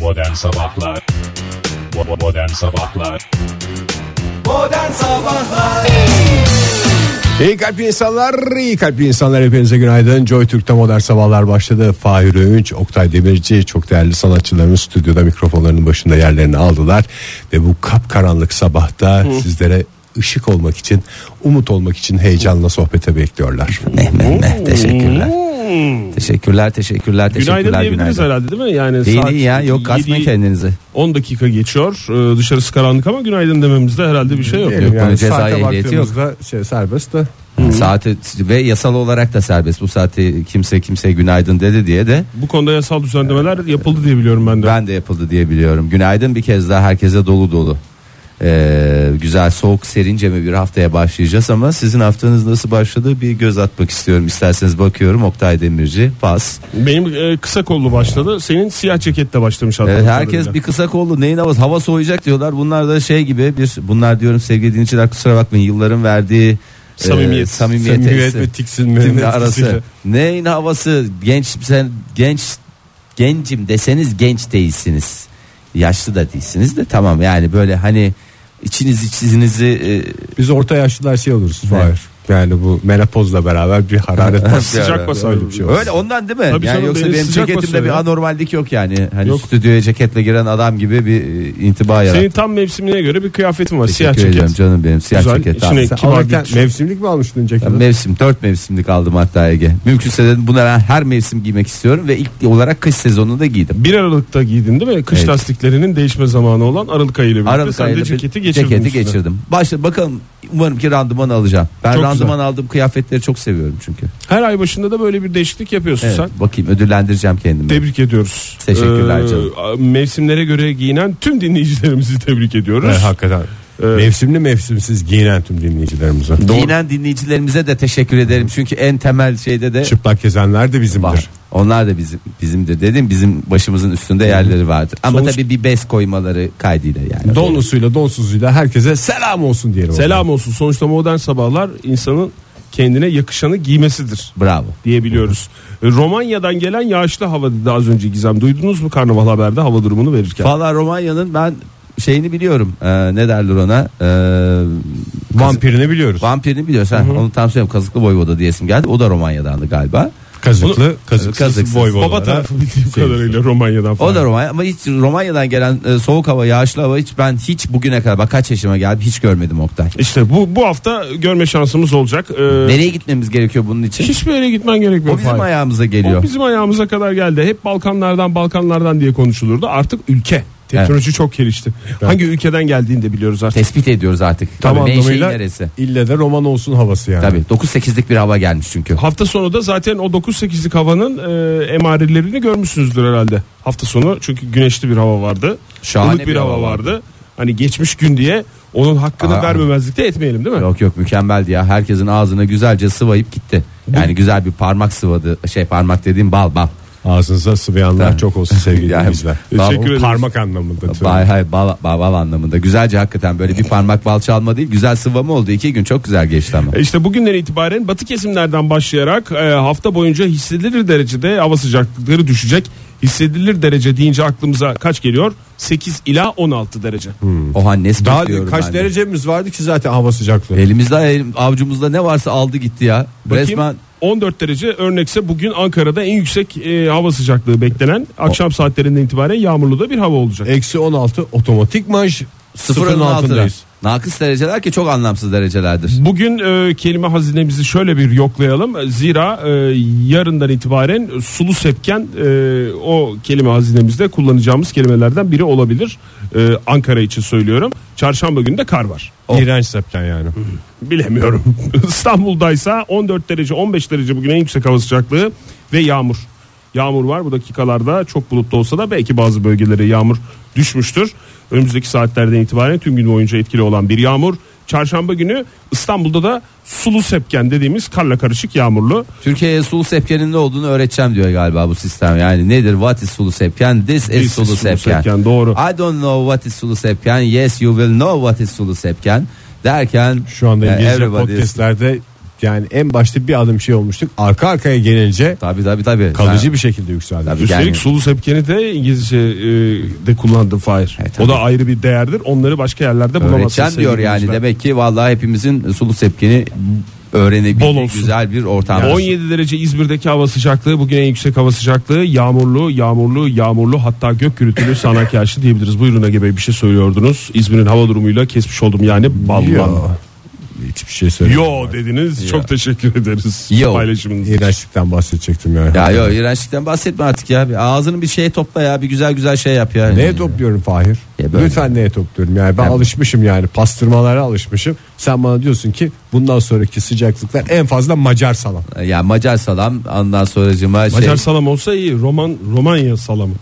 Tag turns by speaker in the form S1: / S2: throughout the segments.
S1: Modern Sabahlar Bo- Modern Sabahlar
S2: İyi kalpli insanlar, iyi kalpli insanlar hepinize günaydın. Joy Türk'te modern sabahlar başladı. Fahir Öğünç, Oktay Demirci çok değerli sanatçılarımız stüdyoda mikrofonlarının başında yerlerini aldılar. Ve bu kapkaranlık sabahta sizlere ışık olmak için, umut olmak için heyecanla sohbete bekliyorlar.
S3: Meh meh meh teşekkürler. Teşekkürler teşekkürler teşekkürler
S4: Hmm. Günaydın diyebiliriz
S3: günaydın.
S4: herhalde değil mi? Yani
S3: Değil
S4: saat
S3: iyi ya yok kasmayın
S4: yedi-
S3: kendinizi.
S4: 10 dakika geçiyor. Ee, dışarısı karanlık ama günaydın dememizde herhalde bir şey yok.
S3: Yok, bunun ceza
S2: saate
S3: ehliyeti yok.
S2: baktığımızda Şey, serbest de.
S3: Saati ve yasal olarak da serbest. Bu saati kimse kimseye günaydın dedi diye de
S4: Bu konuda yasal düzenlemeler yapıldı diye biliyorum ben de.
S3: ben de yapıldı diye biliyorum. Günaydın bir kez daha herkese dolu dolu. Ee, güzel soğuk serince mi bir haftaya başlayacağız ama sizin haftanız nasıl başladı bir göz atmak istiyorum. İsterseniz bakıyorum Oktay Demirci pas.
S4: Benim e, kısa kollu başladı. Senin siyah ceketle başlamış hatta.
S3: Evet, herkes bir kısa kollu neyin havası hava soğuyacak diyorlar. Bunlar da şey gibi bir bunlar diyorum sevgili dinleyiciler kusura bakmayın yılların verdiği e,
S4: Samimiyet.
S3: samimiyet,
S2: Samimiyet ve
S3: etkisi-
S2: tiksinmenin etkisiyle.
S3: arası. Neyin havası genç sen genç gencim deseniz genç değilsiniz. Yaşlı da değilsiniz de tamam yani böyle hani içiniz içinizi e,
S2: Biz orta yaşlılar şey oluruz Fahir. Yani bu menopozla beraber bir hararet bastı.
S4: Sıcak basar
S2: Öyle bir şey olsun.
S3: Öyle ondan değil mi?
S4: Tabii
S3: yani
S4: canım,
S3: yoksa
S4: benim
S3: benim
S4: sıcak basıyor
S3: ceketimde bir
S4: ya.
S3: anormallik yok yani. Hani
S4: Yok.
S3: stüdyoya ceketle giren adam gibi bir e, intiba yarat.
S4: Senin tam mevsimine göre bir kıyafetin var.
S3: Teşekkür
S4: Siyah ceket.
S3: ediyorum canım benim siyah
S4: Güzel,
S3: ceket.
S4: içine
S3: Tamam.
S2: Sen
S4: Kibar
S2: alırken
S4: bir-
S2: mevsimlik mi almıştın ceketi?
S3: Ben Mevsim dört mevsimlik aldım hatta Ege. Mümkünse dedim bunu ben her mevsim giymek istiyorum ve ilk olarak kış sezonunda giydim.
S4: 1 Aralık'ta giydin değil mi? Kış
S3: Evet.
S4: lastiklerinin değişme zamanı olan Aralık ayıyla birlikte.
S3: Aralık
S4: Sen de
S3: ayında
S4: ceketi
S3: bir-
S4: geçirdin.
S3: ceketi
S4: üstüne.
S3: geçirdim. Başla bakalım umarım ki randıman alacağım. Ben
S4: Çok
S3: randıman aldığım kıyafetleri çok seviyorum çünkü.
S4: Her ay başında da böyle bir değişiklik yapıyorsun
S3: Evet,
S4: sen.
S3: bakayım ödüllendireceğim kendimi.
S4: Tebrik ediyoruz. Ee,
S3: Teşekkürler canım.
S4: a- Mevsimlere göre giyinen tüm dinleyicilerimizi tebrik ediyoruz.
S2: Evet, hakikaten.
S4: Evet.
S2: Mevsimli mevsimsiz giyinen tüm dinleyicilerimize.
S3: Giyinen dinleyicilerimize de teşekkür ederim çünkü en temel şeyde de
S2: Çıplak gezenler de bizimdir.
S3: var. Onlar da bizim bizimdir dedim. Bizim başımızın üstünde yerleri vardır. Ama
S4: Sonuç-
S3: tabii bir bez koymaları kaydıyla yani.
S2: Donlusuyla donsuzuyla herkese selam olsun diyelim.
S4: Selam olsun. Sonuçta modern sabahlar insanın kendine yakışanı giymesidir
S3: Bravo.
S4: diyebiliyoruz. E, Romanya'dan gelen yağışlı hava dedi az önce Gizem. Duydunuz mu karnaval haberde hava durumunu verirken?
S3: Valla Romanya'nın ben şeyini biliyorum. Ee, ne derler ona? Ee,
S2: Vampirini biliyoruz.
S3: kazı- vampirini biliyorsun. Ha, Onu tam söyleyeyim. Kazıklı Voyvoda diyesim geldi. O da Romanya'dandı galiba.
S2: Kazıklı, kazıksız,
S3: Kazıksız.
S2: boyvodalara-
S4: Baba tarafı bildiğim kadarıyla Romanya'dan falan.
S3: şey O da Romanya ama hiç Romanya'dan gelen e, soğuk hava, yağışlı hava hiç ben hiç bugüne kadar bak kaç yaşıma geldim hiç görmedim Oktay.
S4: İşte bu bu hafta görme şansımız olacak. E,
S3: Nereye gitmemiz gerekiyor bunun için?
S4: hiçbir yere gitmen gerekmiyor.
S3: o bizim
S4: Fahir.
S3: ayağımıza
S4: O
S3: geliyor.
S4: bizim ayağımıza kadar geldi. Hep Balkanlardan Balkanlardan diye konuşulurdu. Artık ülke. Teknoloji çok gelişti. Hangi ülkeden geldiğini de biliyoruz artık.
S3: Tespit ediyoruz artık.
S2: Tam
S3: Tabii menşei
S2: anlamıyla
S3: neresi?
S2: ille de roman olsun havası yani.
S3: Tabii 9-8'lik bir hava gelmiş çünkü.
S4: Hafta sonu da zaten o 9-8'lik havanın e, emarelerini görmüşsünüzdür herhalde. Hafta sonu çünkü güneşli bir hava vardı.
S3: Şahane
S4: Ilık bir hava vardı. Hani geçmiş gün diye onun hakkını
S3: Aa.
S4: vermemezlik de etmeyelim değil mi?
S3: Yok yok mükemmeldi ya. Herkesin ağzına güzelce sıvayıp gitti. Yani güzel bir parmak sıvadı. Şey parmak dediğim bal bal.
S2: Ağzınıza sıvayanlar
S3: Tabii.
S2: çok olsun sevgili
S3: Yani-
S2: dinleyiciler.
S3: Teşekkür
S2: Teşekkür
S4: ederiz.
S2: Parmak anlamında.
S3: Bay hay bal, bal, bal anlamında. Güzelce hakikaten böyle bir parmak bal çalma değil. Güzel sıvama oldu. iki gün çok güzel geçti ama.
S4: E İşte bugünden itibaren batı kesimlerden başlayarak e, hafta boyunca hissedilir derecede hava sıcaklıkları düşecek. Hissedilir derece deyince aklımıza kaç geliyor? 8 ila 16 derece.
S3: Oha nes
S2: Daha
S3: bekliyorum
S2: kaç
S3: ben de.
S2: derecemiz vardı ki zaten hava sıcaklığı.
S3: Elimizde elim- avcumuzda ne varsa aldı gitti ya.
S4: Bakayım,
S3: Resmen
S4: 14 derece örnekse bugün Ankara'da en yüksek e, hava sıcaklığı beklenen akşam saatlerinden itibaren yağmurlu da bir hava olacak.
S2: Eksi 16 otomatik marj sıfırın
S3: sıfırın altında.
S2: altındayız.
S3: Nakıs dereceler ki çok anlamsız derecelerdir.
S4: Bugün e, kelime hazinemizi şöyle bir yoklayalım. Zira e, yarından itibaren sulu sepken e, o kelime hazinemizde kullanacağımız kelimelerden biri olabilir. E, Ankara için söylüyorum. Çarşamba günü de kar var.
S3: Oh.
S2: İğrenç septen yani.
S4: Bilemiyorum. İstanbul'daysa 14 derece 15 derece bugün en yüksek hava sıcaklığı ve yağmur. Yağmur var bu dakikalarda çok bulutlu olsa da belki bazı bölgelere yağmur düşmüştür. Önümüzdeki saatlerden itibaren tüm gün boyunca etkili olan bir yağmur. Çarşamba günü İstanbul'da da sulu sepken dediğimiz karla karışık yağmurlu.
S3: Türkiye'ye sulu sepkenin ne olduğunu öğreteceğim diyor galiba bu sistem. Yani nedir what is sulu sepken? This is
S4: This
S3: sulu, sepken.
S4: doğru.
S3: I don't know what is sulu sepken. Yes you will know what is sulu sepken. Derken
S2: Şu anda
S3: e,
S2: İngilizce
S3: everybody is-
S2: podcastlerde Yani en başta bir adım şey olmuştuk. Arka arkaya gelince
S3: Tabii tabii tabii.
S2: kalıcı
S3: Ben-
S2: bir şekilde yükseldi.
S3: Tabii.
S4: Üstelik
S3: Yani-
S4: sulu sepkeni de İngilizce e, de kullandım Fahir.
S3: Evet,
S4: o
S3: E, tabii.
S4: da ayrı bir değerdir. Onları başka yerlerde bulamazsınız.
S3: Öğretmen
S4: sevgili
S3: diyor yani
S4: dinleyiciler.
S3: demek ki vallahi hepimizin sulu sepkini
S4: Bol
S3: öğrenebildiği
S4: olsun.
S3: güzel bir ortam.
S4: 17 derece İzmir'deki hava sıcaklığı bugün en yüksek hava sıcaklığı yağmurlu yağmurlu yağmurlu hatta gök gürültülü sağanak yağışlı diyebiliriz. Buyurun Ege Bey bir şey söylüyordunuz. İzmir'in hava durumuyla kesmiş oldum yani
S2: Yo.
S4: ballan.
S2: Hiçbir şey söylemiyorum.
S4: Yo dediniz çok teşekkür ederiz
S3: Yo.
S4: paylaşımınız için.
S2: İğrençlikten bahsedecektim yani.
S3: Ya yok iğrençlikten bahsetme artık ya. Bir Ağzını bir şey topla ya. Bir güzel güzel şey yap ya.
S2: Neye topluyorum Fahir?
S3: Ya böyle.
S2: Lütfen neye topluyorum? Yani ben
S3: Ya-
S2: alışmışım yani pastırmalara alışmışım. Sen bana diyorsun ki bundan sonraki sıcaklıklar en fazla Macar salam.
S3: Ya Macar salam ondan sonracıma şey.
S4: Macar salam olsa iyi Roman Romanya salamı.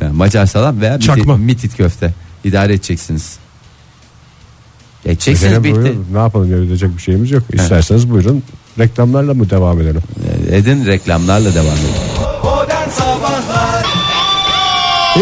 S3: Ya Macar salam veya mitit,
S4: Çakma.
S3: mitit köfte. İdare edeceksiniz. Edeceksiniz
S2: Efendim,
S3: bitti.
S2: buyurun. Ne yapalım ödeyecek bir şeyimiz yok. İsterseniz buyurun reklamlarla mı devam edelim?
S3: Edin reklamlarla devam edin.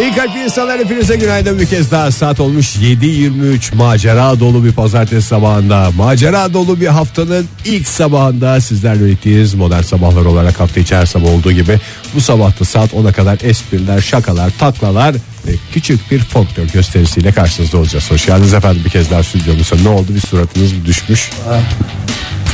S2: İyi kalp insanlar hepinize günaydın bir kez daha saat olmuş 7.23 macera dolu bir pazartesi sabahında macera dolu bir haftanın ilk sabahında sizlerle birlikteyiz modern sabahlar olarak hafta içi her sabah olduğu gibi bu sabahta saat 10'a kadar espriler şakalar taklalar ve küçük bir folklor gösterisiyle karşınızda olacağız hoş geldiniz efendim bir kez daha stüdyomuza ne oldu bir suratınız mı düşmüş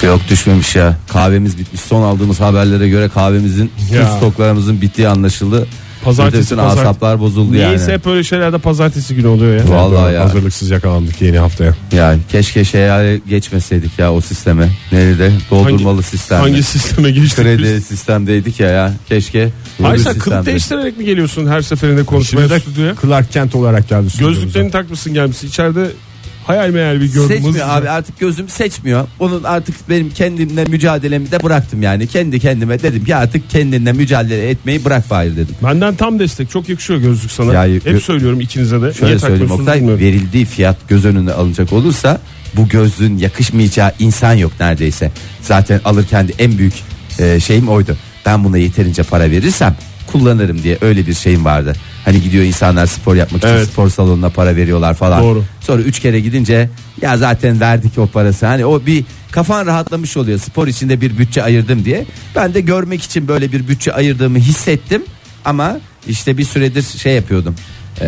S3: Yok düşmemiş ya. Kahvemiz bitmiş. Son aldığımız haberlere göre kahvemizin
S4: Ya.
S3: tüm stoklarımızın bittiği anlaşıldı.
S4: Pazartesi,
S3: Bütün
S4: pazartesi.
S3: asaplar bozuldu
S4: Neyse
S3: yani.
S4: hep böyle şeylerde pazartesi günü oluyor ya.
S3: Vallahi ya.
S2: hazırlıksız yakalandık yeni haftaya
S3: Ya keşke şeye geçmeseydik ya o sisteme. Nerede? Doldurmalı
S4: Hangi-
S3: sistem.
S4: Hangi sisteme geçtik
S3: Kredi
S4: biz?
S3: sistemdeydik ya ya. Keşke. bu
S4: Ay
S3: bir
S4: sen kılık
S3: sistemde.
S4: değiştirerek mi geliyorsun her seferinde konuşmaya
S2: şimdi de
S4: stüdyoya?
S2: Clark Kent olarak geldi stüdyomuza.
S4: Gözlüklerini takmışsın gelmişsin içeride hayal meyal bir gördüğümüz.
S3: Seçmiyor abi artık gözüm seçmiyor. Bunun artık benim kendimle mücadelemi de bıraktım yani. Kendi kendime dedim ki artık kendinle mücadele etmeyi bırak Fahir dedim.
S4: Benden tam destek çok yakışıyor gözlük sana.
S3: Ya,
S4: Hep
S3: gö-
S4: söylüyorum ikinize de.
S3: Şöyle
S4: Niye
S3: söyleyeyim
S4: takmıyorsunuz
S3: Oktay
S4: bilmiyorum.
S3: verildiği fiyat göz önüne alınacak olursa bu gözlüğün yakışmayacağı insan yok neredeyse. Zaten alırken de en büyük e, şeyim oydu. Ben buna yeterince para verirsem kullanırım diye öyle bir şeyim vardı. Hani gidiyor insanlar spor yapmak için
S4: Evet.
S3: spor salonuna para veriyorlar falan.
S4: Doğru.
S3: Sonra üç kere gidince ya zaten verdik o parası. Hani o bir kafan rahatlamış oluyor. Spor içinde bir bütçe ayırdım diye. Ben de görmek için böyle bir bütçe ayırdığımı hissettim. Ama işte bir süredir şey yapıyordum. Ee,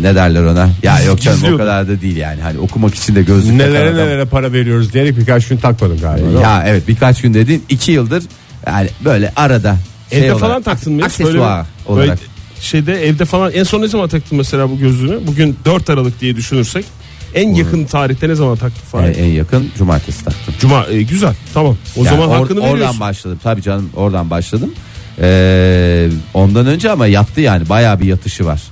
S3: ne derler ona? Ya yok canım o
S4: Gizliyordum.
S3: kadar da değil yani. Hani okumak için de gözlük takan
S2: Nelere
S3: adam-
S2: nelere para veriyoruz diyerek birkaç gün takmadım galiba.
S3: Ya evet birkaç gün dedin iki yıldır yani böyle arada. şey
S4: Evde
S3: olarak-
S4: falan taktın mı? hiç?
S3: Aksesuar
S4: Böyle-
S3: olarak.
S4: böyle şeyde evde falan en son ne zaman taktın mesela bu gözlüğünü? Bugün 4 Aralık diye düşünürsek en yakın tarihte ne zaman taktın falan?
S3: En- en yakın cumartesi taktım.
S4: Cuma e, güzel tamam. O
S3: E, Yani
S4: zaman
S3: or-
S4: hakkını
S3: oradan
S4: veriyorsun.
S3: başladım tabii canım oradan başladım. Ee, ondan önce ama yattı yani bayağı bir yatışı var.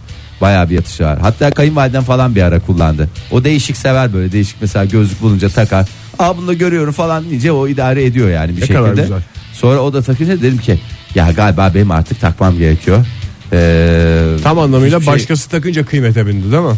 S3: Bayağı bir yatışı var. Hatta kayınvaliden falan bir ara kullandı. O değişik sever böyle değişik mesela gözlük bulunca takar. Aa bunu da görüyorum falan deyince o idare ediyor yani bir
S4: Ne
S3: şekilde.
S4: kadar güzel.
S3: Sonra o da takınca dedim ki ya galiba benim artık takmam gerekiyor. Ee,
S2: Tam anlamıyla
S3: hiçbir şey-
S2: başkası takınca kıymete bindi değil mi?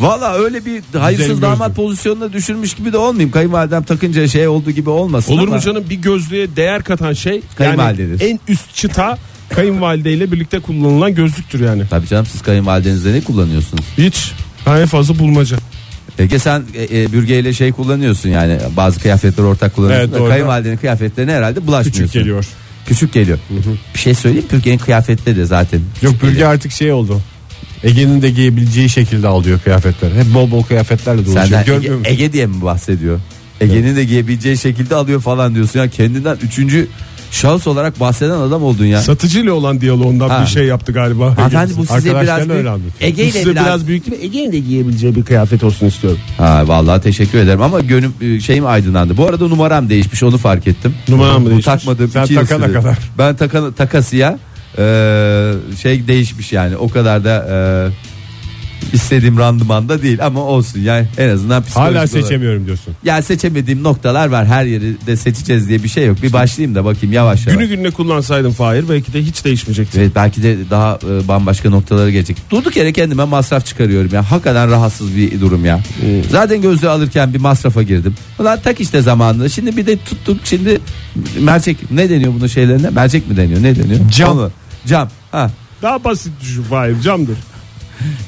S3: Valla öyle bir hayırsız
S2: gözlük.
S3: damat pozisyonuna düşürmüş gibi de olmayayım. Kayınvalidem takınca şey olduğu gibi olmasın.
S4: Olur
S3: ama-
S4: mu canım bir gözlüğe değer katan şey yani
S3: Kayınvalidedir.
S4: en üst çıta kayınvalideyle birlikte kullanılan gözlüktür yani.
S3: Tabii canım siz kayınvalidenizde ne kullanıyorsunuz?
S4: Hiç ben en fazla bulmaca.
S3: Ege sen e, e, bürgeyle şey kullanıyorsun yani bazı kıyafetleri ortak kullanıyorsun.
S2: Evet,
S3: da
S2: doğru.
S3: kayınvalidenin kıyafetlerine herhalde bulaşmıyorsun.
S2: Küçük geliyor.
S3: Küçük geliyor. Bir şey söyleyeyim Türkiye'nin kıyafetleri de zaten.
S2: Yok
S3: küçük
S2: bölge
S3: geliyor.
S2: artık şey oldu. Ege'nin de giyebileceği şekilde alıyor kıyafetleri. Hep bol bol kıyafetlerle dolaşıyor.
S3: Senden
S2: Şey, Görmüyor
S3: Ege,
S2: musun?
S3: Ege diye mi bahsediyor? Ege'nin de giyebileceği şekilde alıyor falan diyorsun ya kendinden üçüncü şahıs olarak bahseden adam oldun ya.
S4: Satıcıyla olan diyaloğundan
S3: Ha.
S4: bir şey yaptı galiba.
S3: Hanımefendi bu size
S2: Arkadaşlarla
S3: biraz büyük.
S2: öyle anlatıyor.
S3: Ege ile
S4: size
S3: biraz,
S4: biraz büyük ve Ege'nin de giyebileceği bir kıyafet olsun istiyorum.
S3: Ha vallahi teşekkür ederim ama gönlüm e, şeyim aydınlandı. Bu arada numaram değişmiş onu fark ettim.
S4: Numaram mı
S3: Bu
S4: değişmiş?
S3: Takmadığım
S2: Sen
S3: iki yıl
S2: takana
S3: süredir.
S2: kadar.
S3: Ben takana, takasıya e, şey değişmiş yani o kadar da e, istediğim randımanda değil ama olsun yani en azından psikolojik
S2: Hala
S3: olarak.
S2: seçemiyorum diyorsun.
S3: Yani seçemediğim noktalar var her yeri de seçeceğiz diye bir şey yok. Bir başlayayım da bakayım yavaş yavaş.
S4: Günü gününe kullansaydın Fahir belki de hiç değişmeyecekti.
S3: Evet, belki de daha e, bambaşka noktalara gelecek. Durduk yere kendime masraf çıkarıyorum ya. Hakikaten rahatsız bir durum ya.
S4: Hmm.
S3: Zaten gözlüğü alırken bir masrafa girdim. Ulan tak işte zamanında. Şimdi bir de tuttuk şimdi mercek ne deniyor bunun şeylerine? Mercek mi deniyor? Ne deniyor?
S2: Cam.
S3: Onu- Cam. Ha.
S4: Daha basit düşün Fahir camdır.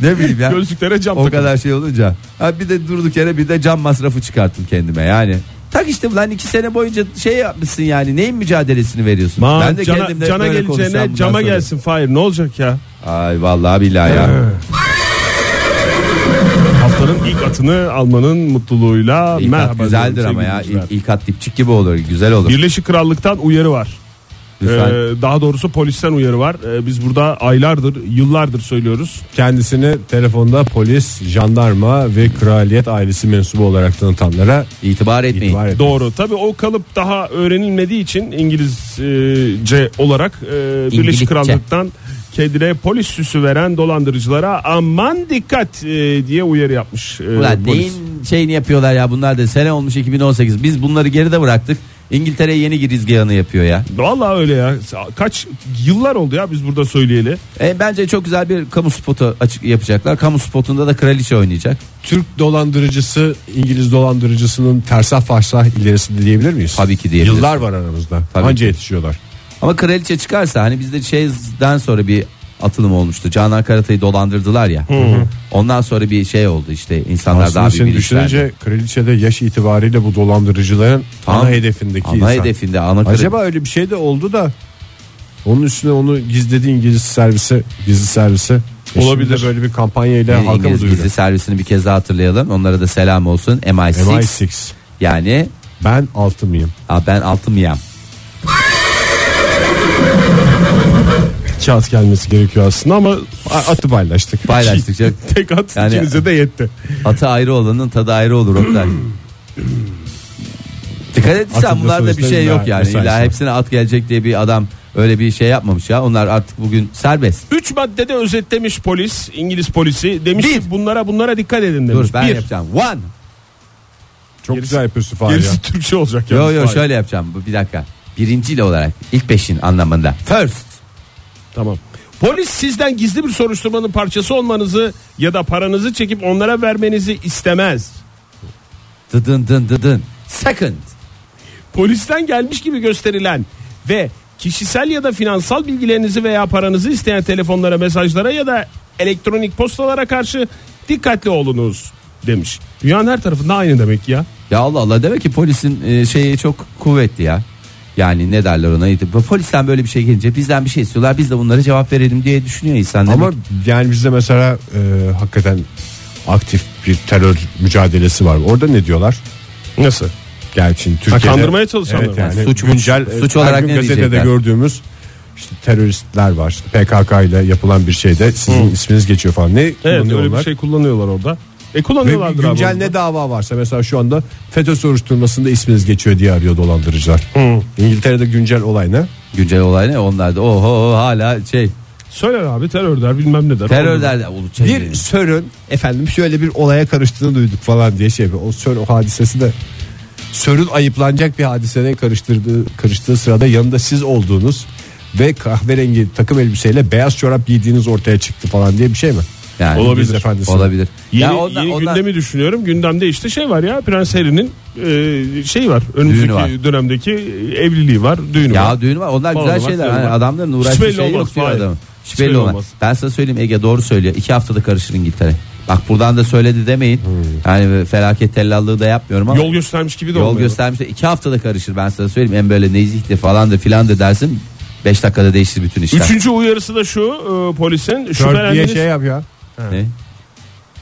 S3: Ne bileyim ya.
S4: Gözlüklere cam
S3: o
S4: takılır.
S3: kadar şey olunca. Ha bir de durduk yere bir de cam masrafı çıkarttım kendime yani. Tak işte lan iki sene boyunca şey yapmışsın yani neyin mücadelesini veriyorsun?
S4: Ma,
S3: ben de
S4: cana,
S3: kendimle
S4: cana
S3: böyle konuşacağım
S4: geleceğine
S3: bundan
S4: cama
S3: sonra.
S4: gelsin Fahir ne olacak ya?
S3: Ay vallahi billahi ya.
S4: Haftanın ilk atını almanın mutluluğuyla
S3: İlk
S4: merhaba.
S3: at güzeldir
S4: diyorum
S3: ama ya.
S4: sevgili
S3: İlk,
S4: dinleyiciler.
S3: ilk at dipçik gibi olur. Güzel olur.
S4: Birleşik Krallık'tan uyarı var.
S3: Lütfen.
S2: e,
S4: Ee, daha doğrusu polisten uyarı var. Ee, biz burada aylardır, yıllardır söylüyoruz.
S2: Kendisini telefonda polis, jandarma ve kraliyet ailesi mensubu olarak tanıtanlara
S3: İtibar etmeyin.
S2: itibar et.
S4: Doğru. Tabii o kalıp daha öğrenilmediği için İngilizce olarak e,
S3: İngilizce.
S4: Birleşik Krallık'tan kendine polis süsü veren dolandırıcılara aman dikkat e, diye uyarı yapmış. e,
S3: Ulan
S4: polis.
S3: neyin şeyini yapıyorlar ya bunlar da sene olmuş 2018. Biz bunları geride bıraktık. İngiltere yeni girizgahını yapıyor ya.
S4: Vallahi öyle ya. Kaç yıllar oldu ya biz burada söyleyeli.
S3: E, bence çok güzel bir kamu spotu açık yapacaklar. Kamu spotunda da kraliçe oynayacak.
S2: Türk dolandırıcısı İngiliz dolandırıcısının tersah farsah ilerisi diyebilir miyiz?
S3: Tabii ki diyebiliriz.
S2: Yıllar var aramızda.
S3: Tabii
S2: Anca
S3: ki.
S2: yetişiyorlar.
S3: Ama kraliçe çıkarsa hani bizde şeyden sonra bir atılım olmuştu. Canan Karatay'ı dolandırdılar ya. Ondan sonra bir şey oldu işte insanlar
S2: Aslında
S3: daha bir
S2: şimdi
S3: bilinçlendi.
S2: düşününce kraliçede yaş itibariyle bu dolandırıcıların
S3: Tam
S2: ana hedefindeki
S3: Ana
S2: insan.
S3: hedefinde ana kraliçe.
S2: Acaba öyle bir şey de oldu da onun üstüne onu gizledi İngiliz servisi, gizli servisi.
S4: Olabilir.
S2: Olabilir. Böyle bir kampanyayla
S3: Yani
S2: halka mı
S3: Ee, İngiliz
S2: duyuruyor?
S3: gizli servisini bir kez daha hatırlayalım. Onlara da selam olsun. MI6.
S2: MI6.
S3: Yani
S2: Ben altı mıyım?
S3: "Aa, ben altı mıyam?
S2: Kağıt gelmesi gerekiyor aslında ama a- atı paylaştık.
S3: Paylaştık. Çok-
S4: Tek at
S3: Yani-
S4: ikinize de yetti.
S3: Atı ayrı olanın tadı ayrı olur Oktay. Dikkat etsen
S2: Atın da
S3: bunlarda bir
S2: sonuçta
S3: şey
S2: illa
S3: yok yani.
S2: mesaisi
S3: İlla
S2: var.
S3: hepsine at gelecek diye bir adam öyle bir şey yapmamış ya. Onlar artık bugün serbest.
S4: Üç maddede özetlemiş polis, İngiliz polisi. Demiş ki
S3: Bir.
S4: bunlara bunlara dikkat edin demiş.
S3: Dur ben
S4: Bir.
S3: yapacağım. One.
S2: Çok
S4: Gerisi-
S2: güzel yapıyorsun Fahri ya.
S4: Gerisi Türkçe olacak
S3: Yo
S4: yalnız
S3: yo
S4: Fahir.
S3: şöyle yapacağım. Bu Bir dakika. Birinciyle olarak ilk beşin anlamında. First.
S4: Tamam. Polis sizden gizli bir soruşturmanın parçası olmanızı ya da paranızı çekip onlara vermenizi istemez.
S3: Dıdın dın dıdın. Second.
S4: Polisten gelmiş gibi gösterilen ve kişisel ya da finansal bilgilerinizi veya paranızı isteyen telefonlara, mesajlara ya da elektronik postalara karşı dikkatli olunuz demiş. Dünyanın her tarafında aynı demek ya.
S3: Ya Allah Allah demek ki polisin e, şeyi çok kuvvetli ya. Yani ne derler ona? Bu Polisten böyle bir şey gelince bizden bir şey istiyorlar. Biz de bunlara cevap verelim diye düşünüyor insan. Demek
S2: Ama yani bizde mesela e, hakikaten aktif bir terör mücadelesi var. Orada ne diyorlar?
S4: Nasıl?
S2: Gerçi şimdi Türkiye'de
S4: kandırmaya çalışanlar
S2: Evet
S4: var.
S2: yani
S3: Suç-
S2: güncel
S3: suç
S2: e, her
S3: olarak
S2: gün
S3: ne
S2: gazetede
S3: diyecekler?
S2: gördüğümüz işte teröristler var. İşte PKK ile yapılan bir şeyde sizin isminiz geçiyor falan. Ne
S4: Evet öyle
S2: kullanıyorlar?
S4: bir şey kullanıyorlar orada. E
S2: Ve
S4: kullanıyorlardır abi.
S2: güncel
S4: onu da.
S2: ne dava varsa mesela şu anda FETÖ soruşturmasında isminiz geçiyor diye arıyor dolandırıcılar. İngiltere'de güncel olay ne?
S3: Güncel olay ne? Onlar da oho hala şey
S4: Söyle abi terör der bilmem ne der.
S3: terör
S4: Olur.
S3: derdi. şey Ulu çevirin.
S2: Bir sörün efendim şöyle bir olaya karıştığını duyduk falan diye şey yapıyor. O sör o hadisesi de sörün ayıplanacak bir hadiseye karıştırdığı karıştığı sırada yanında siz olduğunuz ve kahverengi takım elbiseyle beyaz çorap giydiğiniz ortaya çıktı falan diye bir şey mi?
S3: yani,
S4: Olabilir.
S2: İngiliz efendisi.
S3: Olabilir.
S4: Yeni,
S3: ya ondan,
S4: yeni
S3: ondan-
S4: gündemi düşünüyorum. Gündemde işte şey var ya Prens Harry'nin e, şey var. Önümüzdeki
S3: Düğünü var.
S4: dönemdeki evliliği var, düğünü var.
S3: ya düğün var. Onlar
S4: Falan
S3: güzel
S4: var,
S3: şeyler.
S4: falan
S3: Yani
S4: var.
S3: adamların
S4: Hiç
S3: uğraştığı
S4: belli
S3: şey
S4: olmaz,
S3: yok diyor
S4: hayır.
S3: adam. Hiç
S4: Hiç
S3: belli
S4: belli
S3: olmaz.
S4: olmaz.
S3: Ben sana söyleyeyim Ege doğru söylüyor. İki haftada karışır İngiltere. Bak buradan da söyledi demeyin. Yani felaket tellallığı da yapmıyorum ama.
S4: Hmm. Yol göstermiş gibi de
S3: Yol
S4: olmuyor.
S3: göstermişler. iki haftada karışır ben sana söyleyeyim. En böyle nezihti falan da filan da dersin. Beş dakikada değişir bütün işler.
S4: Üçüncü uyarısı da şu e, polisin
S2: Sör diye
S4: şüphelendiğiniz
S2: şey yap ya.
S3: Ne?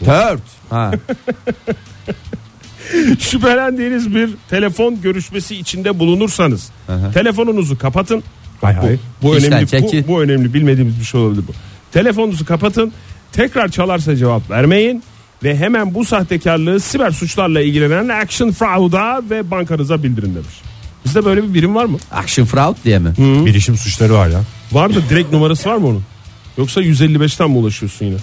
S3: Tört. Ha.
S4: şüphelendiğiniz bir telefon görüşmesi içinde bulunursanız telefonunuzu kapatın.
S2: Hay
S4: Bu,
S2: hay.
S4: bu
S3: İşten
S4: önemli
S3: çeki.
S4: bu, bu önemli bilmediğimiz bir şey olabilir bu. Telefonunuzu kapatın. Tekrar çalarsa cevap vermeyin ve hemen bu sahtekarlığı siber suçlarla ilgilenen Action Fraud'a ve bankanıza bildirin demiş. Bizde böyle bir birim var mı?
S3: Action fraud diye mi?
S2: Bilişim suçları var ya.
S4: Var mı? Direkt numarası var mı onun? Yoksa 155'ten mi ulaşıyorsun yine?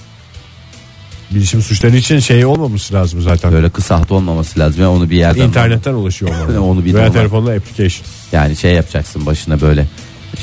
S2: Bilişim suçları için şey olmaması lazım zaten.
S3: Böyle kısa hat olmaması lazım. Yani onu bir yerden.
S2: İnternetten ulaşıyor onlar.
S3: Onu bir
S2: Veya
S3: normal-
S2: telefonla application.
S3: Yani şey yapacaksın başına böyle.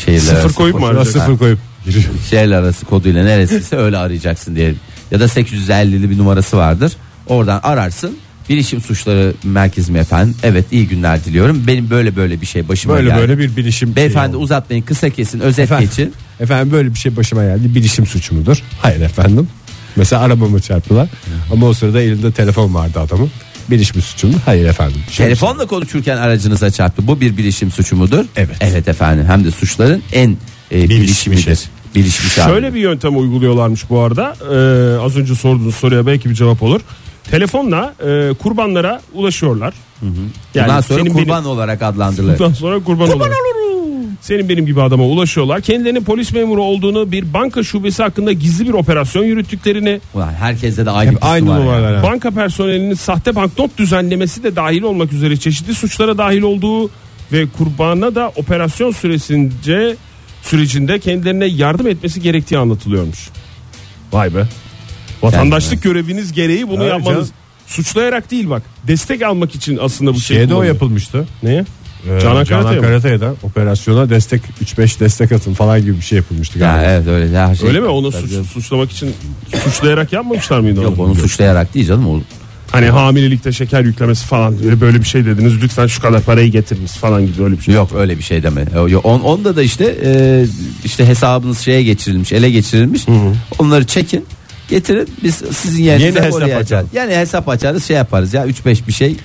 S3: Şehirler
S4: Sıfır
S3: arası-
S4: koyup mu
S2: Şuna
S4: arayacaksın?
S2: sıfır koyup giriyor.
S3: Şehirler arası koduyla neresiyse öyle arayacaksın diye. Ya da 850'li bir numarası vardır. Oradan ararsın. Bilişim suçları merkezi mi efendim? Evet iyi günler diliyorum. Benim böyle böyle bir şey başıma
S2: Böyle
S3: geldi.
S2: böyle bir bilişim. şey şeyi
S3: Beyefendi
S2: oldu.
S3: uzatmayın kısa kesin özet
S2: Efendim,
S3: geçin.
S2: efendim böyle bir şey başıma geldi. Bilişim suçu mudur? Hayır efendim. Mesela arabamı çarptılar. Ama o sırada elinde telefon vardı adamın. Bilişim suçu mu? Hayır efendim. Şey-
S3: Telefonla konuşurken aracınıza çarptı. Bu bir bilişim suçu mudur?
S2: Evet.
S3: Evet efendim. Hem de suçların en e, bilişimidir. Bilişmiş
S4: Şöyle bir yöntem uyguluyorlarmış bu arada. Ee, az önce sorduğunuz soruya belki bir cevap olur. Telefonla e, kurbanlara ulaşıyorlar. Yani
S3: Bundan sonra
S4: senin
S3: kurban
S4: benim,
S3: olarak adlandırılır.
S4: bundan sonra kurban, olarak. Senin benim gibi adama ulaşıyorlar. Kendilerinin polis memuru olduğunu, bir banka şubesi hakkında gizli bir operasyon yürüttüklerini,
S3: Ulan herkeste de aynı
S2: Hep
S3: pislik
S2: aynı
S3: var ya.
S2: numaralar. Evet.
S4: banka personelinin sahte banknot düzenlemesi de dahil olmak üzere çeşitli suçlara dahil olduğu ve kurbana da operasyon süresince sürecinde kendilerine yardım etmesi gerektiği anlatılıyormuş. Vay be. Vatandaşlık göreviniz gereği bunu
S2: Evet
S4: yapmanız
S2: canım.
S4: suçlayarak değil bak. Destek almak için aslında bu şey.
S2: Şeyde o
S4: kullanılıyor.
S2: yapılmıştı.
S4: Neye?
S2: Ee,
S4: Canan
S2: Canan,
S4: Karatay mı?
S2: Karatay'da operasyona destek 3-5 destek atın falan gibi bir şey yapılmıştı
S3: Ya
S2: galiba.
S3: evet öyle her şey.
S4: Öyle mi? Onu
S3: Tabii
S4: suç-
S3: canım.
S4: suçlamak için suçlayarak yapmamışlar mıydı
S3: Yok
S4: onu?
S3: onu suçlayarak değil canım. O
S4: Hani hamilelikte şeker yüklemesi falan diye böyle bir şey dediniz. Lütfen şu kadar parayı getiriniz falan gibi öyle bir şey.
S3: Yok öyle bir şey deme. O- yo- On, onda da işte e, işte hesabınız şeye geçirilmiş, ele geçirilmiş. Onları çekin, getirin. Biz sizin yerinize
S2: Yeni hesap
S3: oraya açarız.
S2: açalım.
S3: Yani hesap açarız, şey yaparız ya 3-5 bir şey.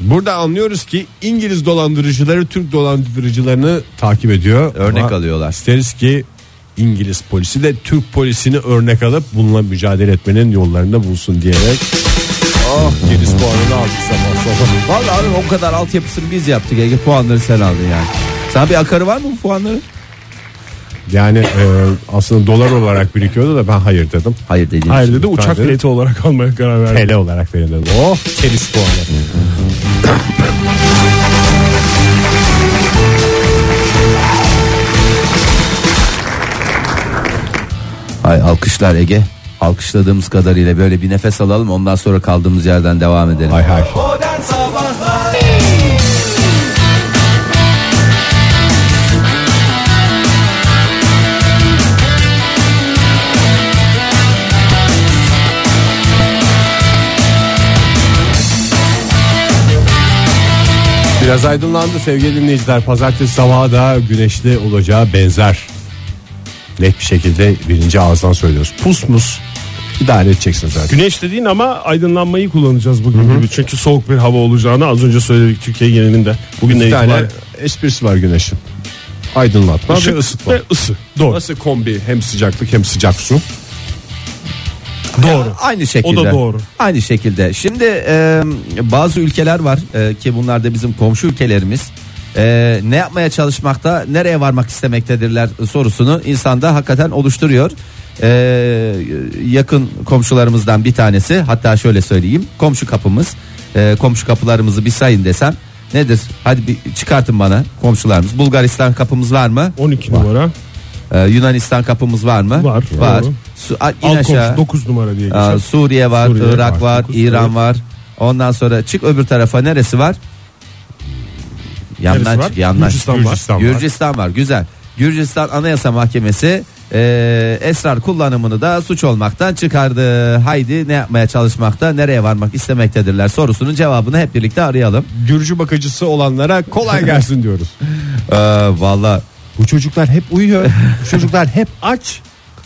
S2: Burada anlıyoruz ki İngiliz dolandırıcıları Türk dolandırıcılarını takip ediyor.
S3: Örnek
S2: Ama
S3: alıyorlar.
S2: İsteriz ki İngiliz polisi de Türk polisini örnek alıp bununla mücadele etmenin yollarını bulsun diyerek. Ah İngiliz puanını aldık sabah sabah.
S3: Vallahi abi o kadar altyapısını biz yaptık. Ege puanları sen aldın yani. Sana bir akarı var mı bu puanları?
S2: Yani e, aslında dolar olarak birikiyordu da ben hayır dedim.
S3: Hayır dediğin
S4: Hayır
S3: için.
S4: dedi
S2: Lütfen
S4: uçak
S2: dedi.
S4: bileti olarak almaya karar verdi.
S2: TL olarak verin dedim. Oh keriz puanı.
S3: Ay şey. alkışlar Ege. Alkışladığımız kadarıyla böyle bir nefes alalım ondan sonra kaldığımız yerden devam edelim.
S2: Hay hay. Biraz aydınlandı sevgili dinleyiciler. Pazartesi sabahı da güneşli olacağı benzer. Net bir şekilde birinci ağızdan söylüyoruz. Pus mus idare edeceksin zaten.
S4: Güneş dediğin ama aydınlanmayı kullanacağız bugün gibi. Çünkü soğuk bir hava olacağını az önce söyledik Türkiye genelinde. Bugün
S2: Bir tane
S4: itibaren
S2: esprisi var güneşin. Aydınlatma ve
S4: ışık
S2: ısıtma.
S4: ve ısı. Doğru.
S2: Nasıl kombi hem sıcaklık hem sıcak su.
S4: Doğru.
S3: Aynı şekilde.
S4: O da doğru.
S3: Aynı şekilde. Şimdi e, bazı ülkeler var e, ki bunlar da bizim komşu ülkelerimiz. E, ne yapmaya çalışmakta, nereye varmak istemektedirler sorusunu insanda hakikaten oluşturuyor. E, yakın komşularımızdan bir tanesi hatta şöyle söyleyeyim komşu kapımız E, komşu kapılarımızı bir sayın desem nedir hadi bir çıkartın bana komşularımız Bulgaristan kapımız var mı
S4: 12 numara
S3: E, Yunanistan kapımız var mı
S4: Var.
S3: var
S4: Doğru.
S3: Su, a- in
S4: al
S3: aşağı.
S4: komşu 9 numara diye geçer.
S3: Aa, Ee, Suriye var,
S4: Suriye
S3: Irak
S4: var,
S3: var,
S4: dokuz,
S3: İran
S4: evet.
S3: var. Ondan sonra çık öbür tarafa neresi var? Yandan
S4: Neresi var?
S3: çık, yandan.
S4: Gürcistan
S3: Gürcistan var.
S4: var.
S3: Gürcistan var, güzel. Gürcistan Anayasa Mahkemesi e, esrar kullanımını da suç olmaktan çıkardı. Haydi ne yapmaya çalışmakta, nereye varmak istemektedirler sorusunun cevabını hep birlikte arayalım.
S2: Gürcü bakıcısı olanlara kolay gelsin diyoruz.
S3: Ee, Valla
S2: Bu çocuklar hep uyuyor. Bu çocuklar hep aç.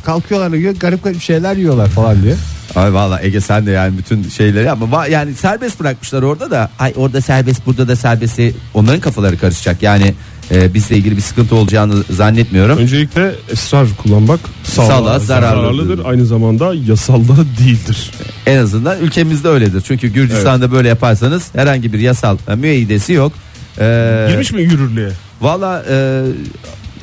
S2: Kalkıyorlar uyuyor. Garip garip şeyler yiyorlar falan diye.
S3: Ay valla Ege sen de yani bütün şeyleri ama va- yani serbest bırakmışlar orada da ay orada serbest burada da serbest diye onların kafaları karışacak yani e, bizle ilgili bir sıkıntı olacağını zannetmiyorum.
S4: Öncelikle esrar kullanmak sağlığa,
S3: Sağlığa zararlıdır.
S4: zararlıdır. Aynı zamanda yasalda değildir.
S3: En azından ülkemizde öyledir çünkü Gürcistan'da böyle yaparsanız herhangi bir yasal e, müeyyidesi yok. E,
S4: Girmiş mi yürürlüğe?
S3: valla e,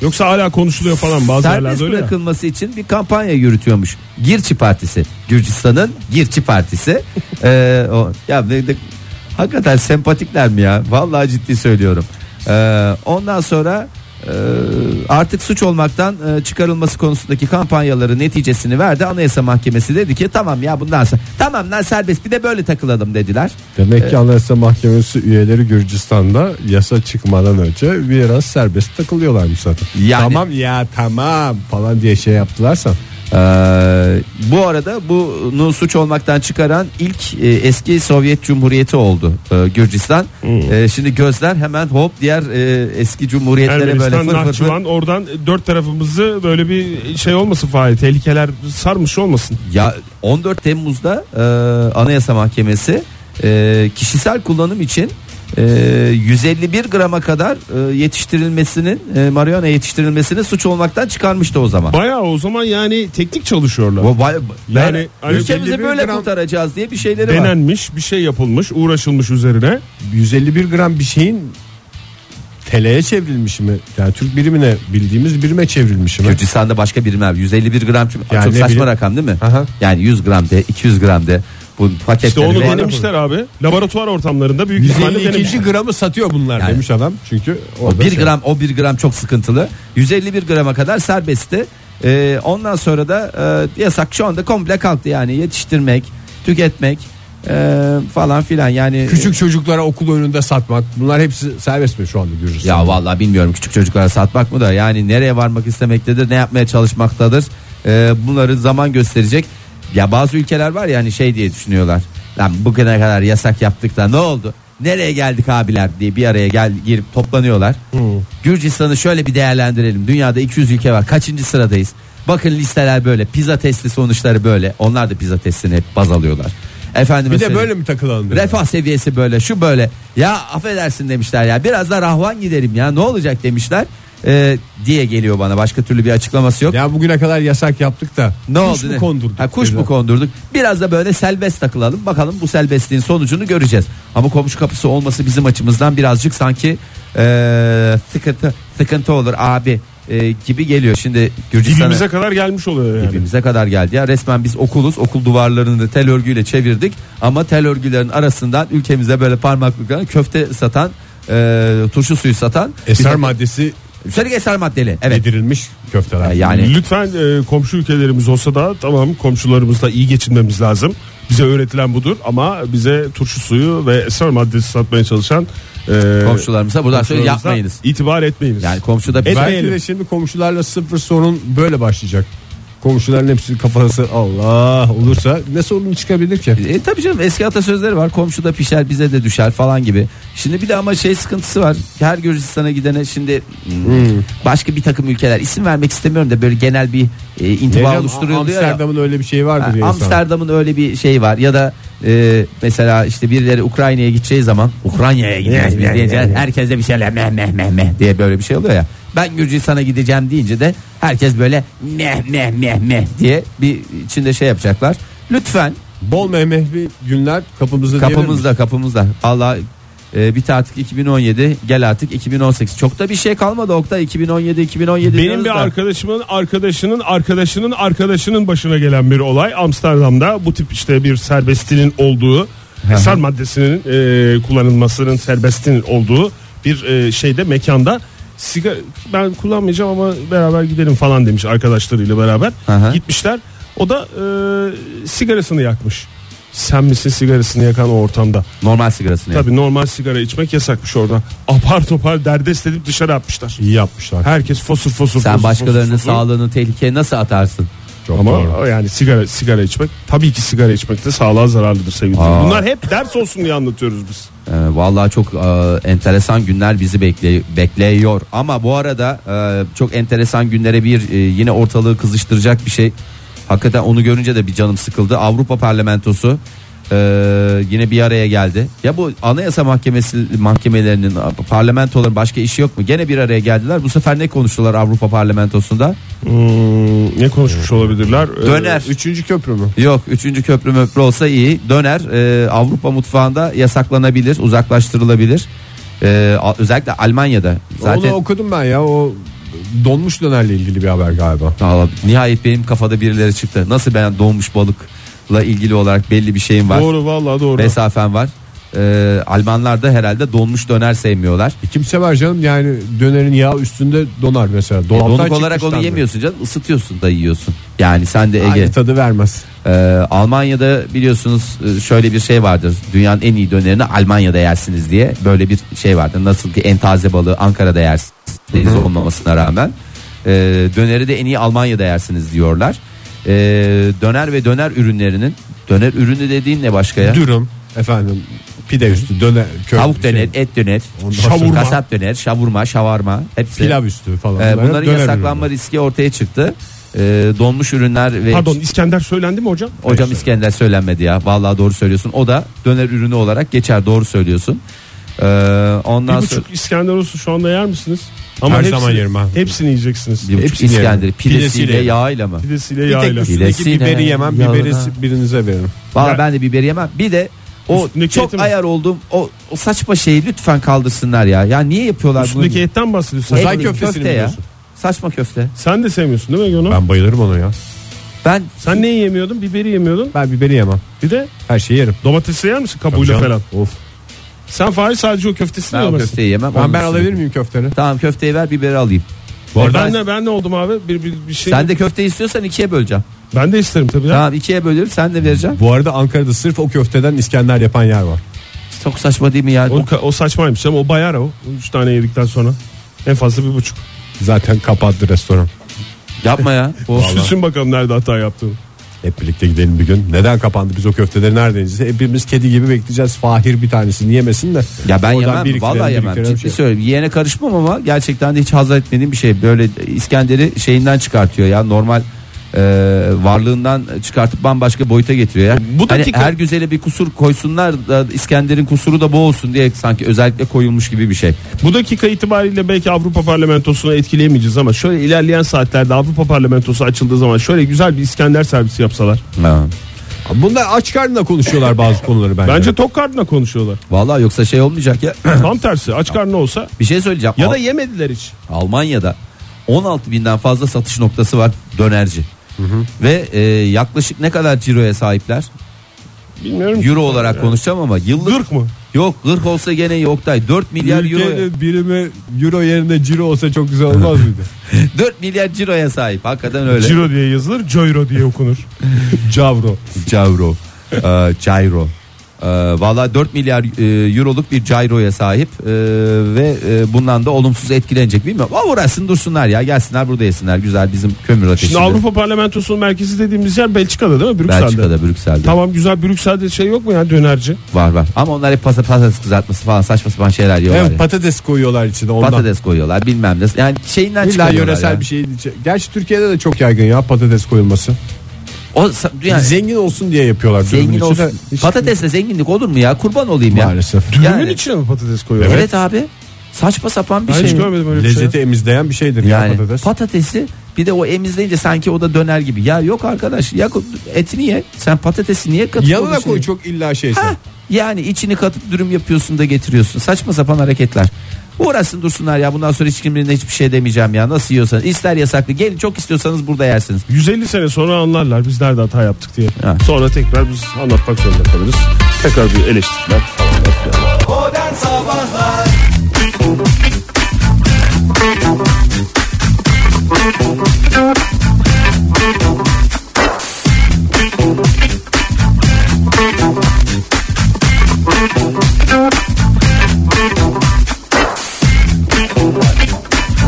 S4: Yoksa hala konuşuluyor falan bazı
S3: serbest
S4: yerlerde öyle ya.
S3: bırakılması için bir kampanya yürütüyormuş. Girçi Partisi. Gürcistan'ın Girçi Partisi. Ee, o, ya ne- ne- hakikaten sempatikler mi ya? Vallahi ciddi söylüyorum. Ee, ondan sonra e, artık suç olmaktan e, çıkarılması konusundaki kampanyaları neticesini verdi. Anayasa Mahkemesi dedi ki tamam ya bundan sonra tamam lan serbest bir de böyle takılalım dediler.
S2: Demek ki Anayasa Mahkemesi üyeleri Gürcistan'da yasa çıkmadan önce biraz serbest takılıyorlarmış zaten.
S3: Yani-
S2: Tamam ya tamam falan diye şey yaptılarsa.
S3: Ee, bu arada bunu suç olmaktan çıkaran ilk e, eski Sovyet Cumhuriyeti oldu e, Gürcistan. E, şimdi gözler hemen hop diğer e, eski cumhuriyetlere böyle
S4: Ermenistan,
S3: fır fır fır.
S4: Nahçıvan oradan dört tarafımızı böyle bir şey olmasın Fahir. Tehlikeler sarmış olmasın.
S3: Ya 14 Temmuz'da e, Anayasa Mahkemesi e, kişisel kullanım için e, 151 grama kadar e, yetiştirilmesinin e, marihuana yetiştirilmesini suç olmaktan çıkarmıştı o zaman.
S4: Bayağı o zaman yani teknik çalışıyorlar.
S3: Ba- ba-
S4: Yani
S3: yani
S4: hani
S3: ülkemizi
S2: 151
S3: böyle
S2: gram-
S3: kurtaracağız diye bir şeyleri var.
S4: Denenmiş bir şey yapılmış uğraşılmış üzerine.
S2: 151 gram bir şeyin TL'ye çevrilmiş mi? Yani Türk birimine bildiğimiz birime çevrilmiş mi?
S3: Gürcistan'da başka birim abi 151 gram çünkü
S2: Yani
S3: çok
S2: ne
S3: saçma
S2: bileyim.
S3: rakam değil mi?
S2: Aha.
S3: Yani 100 gram de 200 gram de bu paketleri
S4: İşte onu
S3: ve-
S4: denemişler abi. Laboratuvar ortamlarında büyük ihtimalle denemişler.
S2: 152. gramı satıyor bunlar
S3: Yani.
S2: demiş adam. Çünkü
S3: O
S2: orada
S3: 1
S2: şey-
S3: gram o 1 gram çok sıkıntılı. 151 grama kadar serbestti. Ee, ondan sonra da e, yasak şu anda komple kalktı yani yetiştirmek, tüketmek e, falan filan yani
S2: Küçük çocuklara okul önünde satmak. Bunlar hepsi serbest mi şu anda Gürcistan'da?
S3: ya vallahi bilmiyorum küçük çocuklara satmak mı da yani nereye varmak istemektedir, ne yapmaya çalışmaktadır. Ee, bunları zaman gösterecek. Ya bazı ülkeler var yani şey diye düşünüyorlar. Lan bugüne kadar yasak yaptık da ne oldu? Nereye geldik abiler diye bir araya gel girip toplanıyorlar. Gürcistan'ı şöyle bir değerlendirelim. Dünyada 200 ülke var. Kaçıncı sıradayız? Bakın listeler böyle. Pizza testi sonuçları böyle. Onlar da pizza testini hep baz alıyorlar. Efendim
S2: Bir de böyle mi takılalım? dedi?
S3: Refah seviyesi böyle şu böyle ya affedersin demişler ya biraz da rahvan giderim ya ne olacak demişler Ee, diye geliyor bana başka türlü bir açıklaması yok.
S2: Ya bugüne kadar yasak yaptık da.
S3: ne
S2: kuş
S3: oldu?
S2: mu
S3: ne?
S2: kondurduk?
S3: Ha, kuş
S2: dedi.
S3: mu kondurduk? Biraz da böyle selbest takılalım bakalım bu selbestliğin sonucunu göreceğiz. Ama komşu kapısı olması bizim açımızdan birazcık sanki ee, sıkıntı sıkıntı olur abi ee, gibi geliyor. Şimdi Gürcistan'a
S4: Dibimize kadar gelmiş oluyor yani.
S3: dibimize kadar geldi ya. Resmen biz okuluz. Okul duvarlarını tel örgüyle çevirdik ama tel örgülerin arasından ülkemize böyle parmaklıklarla köfte satan, e, turşu suyu satan
S2: Eser
S3: bir-
S2: maddesi
S3: Üstelik eser maddeli. Evet.
S2: yedirilmiş köfteler.
S3: Yani
S4: Lütfen e, komşu ülkelerimiz olsa da tamam komşularımızla iyi geçinmemiz lazım. Bize öğretilen budur ama bize turşu suyu ve eser maddesi E, satmaya çalışan e,
S3: komşularımıza buradan söyle
S4: komşularımıza
S3: yapmayınız.
S4: itibar etmeyiniz.
S3: Yani komşuda bir
S2: Belki
S4: Etmeyelim.
S2: de şimdi komşularla sıfır sorun böyle başlayacak. Komşuların hepsi kafası Allah olursa ne sorun çıkabilir ki?
S3: E tabii canım eski atasözleri var. Komşuda pişer bize de düşer falan gibi. Şimdi bir de ama şey sıkıntısı var. Her Gürcistan'a gidene şimdi hmm, başka bir takım ülkeler isim vermek istemiyorum da böyle genel bir e, intiba
S2: Neyden-
S3: oluşturuyor diyor ya.
S2: Amsterdam'ın öyle bir şeyi vardır ya
S3: Ha,
S2: insan.
S3: Amsterdam'ın öyle bir şey var ya da e, mesela işte birileri Ukrayna'ya gideceği zaman Ukrayna'ya gideceğiz biz diyeceğiz. Herkes de bir şeyler meh meh meh meh diye böyle bir şey oluyor ya. Ben Gürcistan'a gideceğim deyince de herkes böyle meh meh meh meh diye bir içinde şey yapacaklar. Lütfen
S2: Bol mehmehli günler kapımızda
S3: kapımızda kapımızda. Allah e, bit artık 2017 gel artık 2018. Çok da bir şey kalmadı Oktay 2017 2017.
S4: Benim
S3: diyoruz da.
S4: bir arkadaşımın arkadaşının arkadaşının arkadaşının başına gelen bir olay Amsterdam'da bu tip işte bir serbestinin olduğu eser maddesinin e, kullanılmasının serbestinin olduğu bir e, şeyde mekanda sigara ben kullanmayacağım ama beraber gidelim falan demiş arkadaşlarıyla beraber
S3: Aha.
S4: gitmişler o da e, sigarasını yakmış sen misin sigarasını yakan o ortamda
S3: normal sigarasını. yap.
S4: tabi normal sigara içmek yasakmış orada apar topar derdest edip dışarı atmışlar
S2: iyi yapmışlar.
S4: Herkes fosur fosur
S3: Sen
S4: fosur,
S3: başkalarının
S4: fosur, fosur.
S3: sağlığını tehlikeye nasıl atarsın?
S2: Çok
S4: ama
S2: doğru.
S4: yani sigara sigara içmek tabii ki sigara içmek de sağlığa zararlıdır sevgili
S3: Aa.
S4: dinleyiciler. Bunlar hep ders olsun diye anlatıyoruz biz.
S3: Ee, Vallahi çok e, enteresan günler bizi bekle, bekliyor. Ama bu arada e, çok enteresan günlere bir e, yine ortalığı kızıştıracak bir şey. Hakikaten onu görünce de bir canım sıkıldı. Avrupa Parlamentosu e, yine bir araya geldi. Ya bu Anayasa Mahkemesi mahkemelerinin parlamentoların başka işi yok mu? Gene bir araya geldiler. Bu sefer ne konuştular Avrupa Parlamentosu'nda?
S2: Hmm,
S4: ne konuşmuş olabilirler? Ee,
S3: Döner.
S2: Üçüncü köprü mü?
S3: Yok üçüncü köprü möprü olsa iyi döner e, Avrupa mutfağında yasaklanabilir uzaklaştırılabilir E, a- özellikle Almanya'da zaten
S2: Onu okudum ben ya o donmuş dönerle ilgili bir haber galiba.
S3: Valla nihayet benim kafada birileri çıktı nasıl ben donmuş balıkla ilgili olarak belli bir şeyim var
S4: Doğru vallahi doğru.
S3: mesafem var E, Almanlar da herhalde donmuş döner sevmiyorlar
S2: E kimse var canım yani dönerin yağı üstünde donar mesela.
S3: E,
S2: Dolaptan
S3: donuk olarak
S2: çıkmış
S3: onu
S2: tabii.
S3: yemiyorsun canım ısıtıyorsun da yiyorsun yani sen de Ege
S2: Aynı tadı vermez.
S3: Ee, Almanya'da biliyorsunuz e, şöyle bir şey vardır. Dünyanın en iyi dönerini Almanya'da yersiniz diye böyle bir şey vardır. Nasıl ki en taze balığı Ankara'da yersiniz deniz olmamasına rağmen. Ee, döneri de en iyi Almanya'da yersiniz diyorlar. Ee, döner ve döner ürünlerinin döner ürünü dediğin ne başka ya?
S2: Dürüm efendim pide üstü döner köfte
S3: E? Tavuk
S2: şey,
S3: döner, et döner,
S2: Ondan
S3: şavurma.
S2: sonra-
S3: kasap döner, şavurma, şavarma hepsi.
S2: pilav üstü falan.
S3: Ee,
S2: Bunlar
S3: bunların
S2: döner
S3: yasaklanma
S2: ürünleri.
S3: riski ortaya çıktı. e, donmuş ürünler ve
S4: Pardon İskender söylendi mi hocam?
S3: Hocam İskender söylenmedi ya. Vallahi doğru söylüyorsun. O da döner ürünü olarak geçer. Doğru söylüyorsun. Ee,
S4: Bir
S3: ondan sonra
S4: buçuk İskender olsun şu anda yer misiniz? Ama
S2: Her
S4: hepsini,
S2: zaman yerim ben.
S4: Hepsini yiyeceksiniz.
S3: bir buçuk
S2: hepsini
S3: İskender
S2: yerim.
S3: pidesiyle
S2: Pidesiyle yerim.
S3: yağıyla mı?
S4: Pidesiyle
S2: Bir tek
S4: yağıyla.
S2: üstündeki
S3: Bilesine,
S2: biberi yemem. Biberi
S3: yalana.
S2: birinize veririm.
S3: Valla
S4: Ya-
S3: ben de biber yemem. Bir de o
S4: Üstündeki
S3: çok
S4: eti mi?
S3: ayar olduğum o, o saçma şeyi lütfen kaldırsınlar ya. Ya niye yapıyorlar
S4: Üstündeki
S3: bunu?
S4: etten bahsediyorsun.
S3: Et-
S4: Sen-
S2: Uzay köftesini mi
S3: ya.
S2: diyorsun?
S3: Saçma köfte.
S4: Sen de sevmiyorsun değil mi Yonu?
S2: Ben bayılırım ona ya.
S3: Ben
S4: Sen neyi yemiyordun? Biberi yemiyordun.
S2: Ben biberi yemem.
S4: Bir de
S2: Her şeyi yerim.
S4: domatesi yer misin
S2: Tabii
S4: kabuğuyla
S2: canım.
S4: falan?
S2: Of.
S4: Sen Fahri sadece o köftesini
S3: ben o
S4: yemezsin.
S3: köfteyi yemem.
S2: Ben,
S3: Onun
S2: ben
S3: üstüne-
S2: alabilir miyim köfteni?
S3: Tamam köfteyi ver biberi alayım.
S2: Bu arada
S4: E ben, de, ben ne oldum abi? Bir, bir, bir şey.
S3: Sen de köfte istiyorsan ikiye böleceğim.
S4: Ben de isterim tabii. ya.
S3: Tamam ikiye bölüyorum sen de vereceğim.
S2: bu arada Ankara'da sırf o köfteden İskender yapan yer var.
S3: Çok saçma değil mi ya?
S4: O, ka- o saçmaymış ama o bayar o. O Üç tane yedikten sonra. En fazla bir buçuk.
S2: Zaten kapattı restoran.
S3: Yapma ya. O,
S4: Süsün bakalım nerede hata yaptığını.
S2: Hep birlikte gidelim bir gün. Neden kapandı biz o köfteleri neredeyiz? Hepimiz kedi gibi bekleyeceğiz. Fahir bir tanesini yemesin de.
S3: Ya ben
S2: Oradan
S3: yemem.
S2: biriktirelim,
S3: Vallahi yemem.
S2: biriktirelim
S3: Ciddi
S2: şey.
S3: söylüyorum. Yiyene karışmam ama gerçekten de hiç haz etmediğim bir şey. Böyle İskender'i şeyinden çıkartıyor ya. Normal e, varlığından çıkartıp bambaşka boyuta getiriyor ya.
S4: Bu da
S3: hani
S4: dikkat-
S3: her güzele bir kusur koysunlar da İskender'in kusuru da bu olsun diye sanki özellikle koyulmuş gibi bir şey.
S4: Bu dakika itibariyle belki Avrupa Parlamentosu'na etkileyemeyeceğiz ama şöyle ilerleyen saatlerde Avrupa Parlamentosu açıldığı zaman şöyle güzel bir İskender servisi yapsalar.
S3: Ha.
S2: Bunlar aç karnına konuşuyorlar bazı konuları bence.
S4: Bence tok karnına konuşuyorlar.
S3: Vallahi yoksa şey olmayacak ya.
S4: Tam tersi aç karnına olsa
S3: bir şey söyleyeceğim.
S4: ya
S3: Al-
S4: da yemediler hiç.
S3: Almanya'da 16 binden fazla satış noktası var dönerci. Ve e, yaklaşık ne kadar ciroya sahipler?
S4: Bilmiyorum.
S3: Euro olarak konuşacağım ama yıllık
S4: Gırk mı?
S3: Yok 40 olsa gene iyi Oktay 4 milyar euro
S2: Ülkenin birimi euro yerine ciro olsa çok güzel olmaz mıydı?
S3: 4 milyar ciroya sahip hakikaten öyle.
S4: Ciro diye yazılır, Coiro diye okunur.
S2: Cavro.
S3: Cavro. Ee, Cairo. Ee, Valla 4 milyar e, euroluk bir cairoya sahip Ee, ve e, bundan da olumsuz etkilenecek bilmiyorum. Ama uğraşsın dursunlar ya gelsinler burada yesinler güzel bizim kömür ateşinde.
S4: Şimdi Avrupa Parlamentosu'nun merkezi dediğimiz yer Belçika'da değil mi? Brüksel'de.
S3: Belçika'da Brüksel'de
S4: Tamam güzel Brüksel'de şey yok mu ya dönerci?
S3: var var ama onlar hep pasa- patates kızartması falan saçma sapan şeyler yiyorlar.
S2: Hem
S3: ya.
S2: patates koyuyorlar içine ondan.
S3: Patates koyuyorlar bilmem ne yani şeyinden
S2: İlla
S3: çıkarıyorlar
S2: yöresel
S3: ya.
S2: bir şey. Gerçi Türkiye'de de çok yaygın ya patates koyulması.
S3: O, sa- yani,
S2: Zengin olsun diye yapıyorlar. Dürümün
S3: zengin
S2: içi de
S3: olsun.
S2: hiç-
S3: Patatesle zenginlik olur mu ya kurban olayım ya.
S2: Maalesef.
S4: Dürümün
S3: Yani-
S4: içine mi patates koyuyorlar?
S3: Evet, abi. Saçma sapan bir
S4: Ben hiç
S3: şey.
S4: görmedim öyle bir şey.
S2: Lezzeti emizleyen bir şeydir
S3: Yani
S2: ya patates.
S3: patatesi bir de o emizleyince sanki o da döner gibi. Ya yok arkadaş ya etini ye. Sen patatesi niye katıp
S2: Yanına
S3: orada şey-
S2: koy çok illa şeyse.
S3: Ha, yani içini katıp dürüm yapıyorsun da getiriyorsun. Saçma sapan hareketler. Uğraşsın dursunlar ya bundan sonra hiç kimliğine hiçbir şey demeyeceğim ya. Nasıl yiyorsanız ister yasaklı gelin çok istiyorsanız burada yersiniz.
S4: 150 sene sonra anlarlar biz nerede hata yaptık diye.
S3: Ha.
S4: Sonra tekrar biz anlatmak zorunda kalırız. Tekrar bir eleştiriler falan.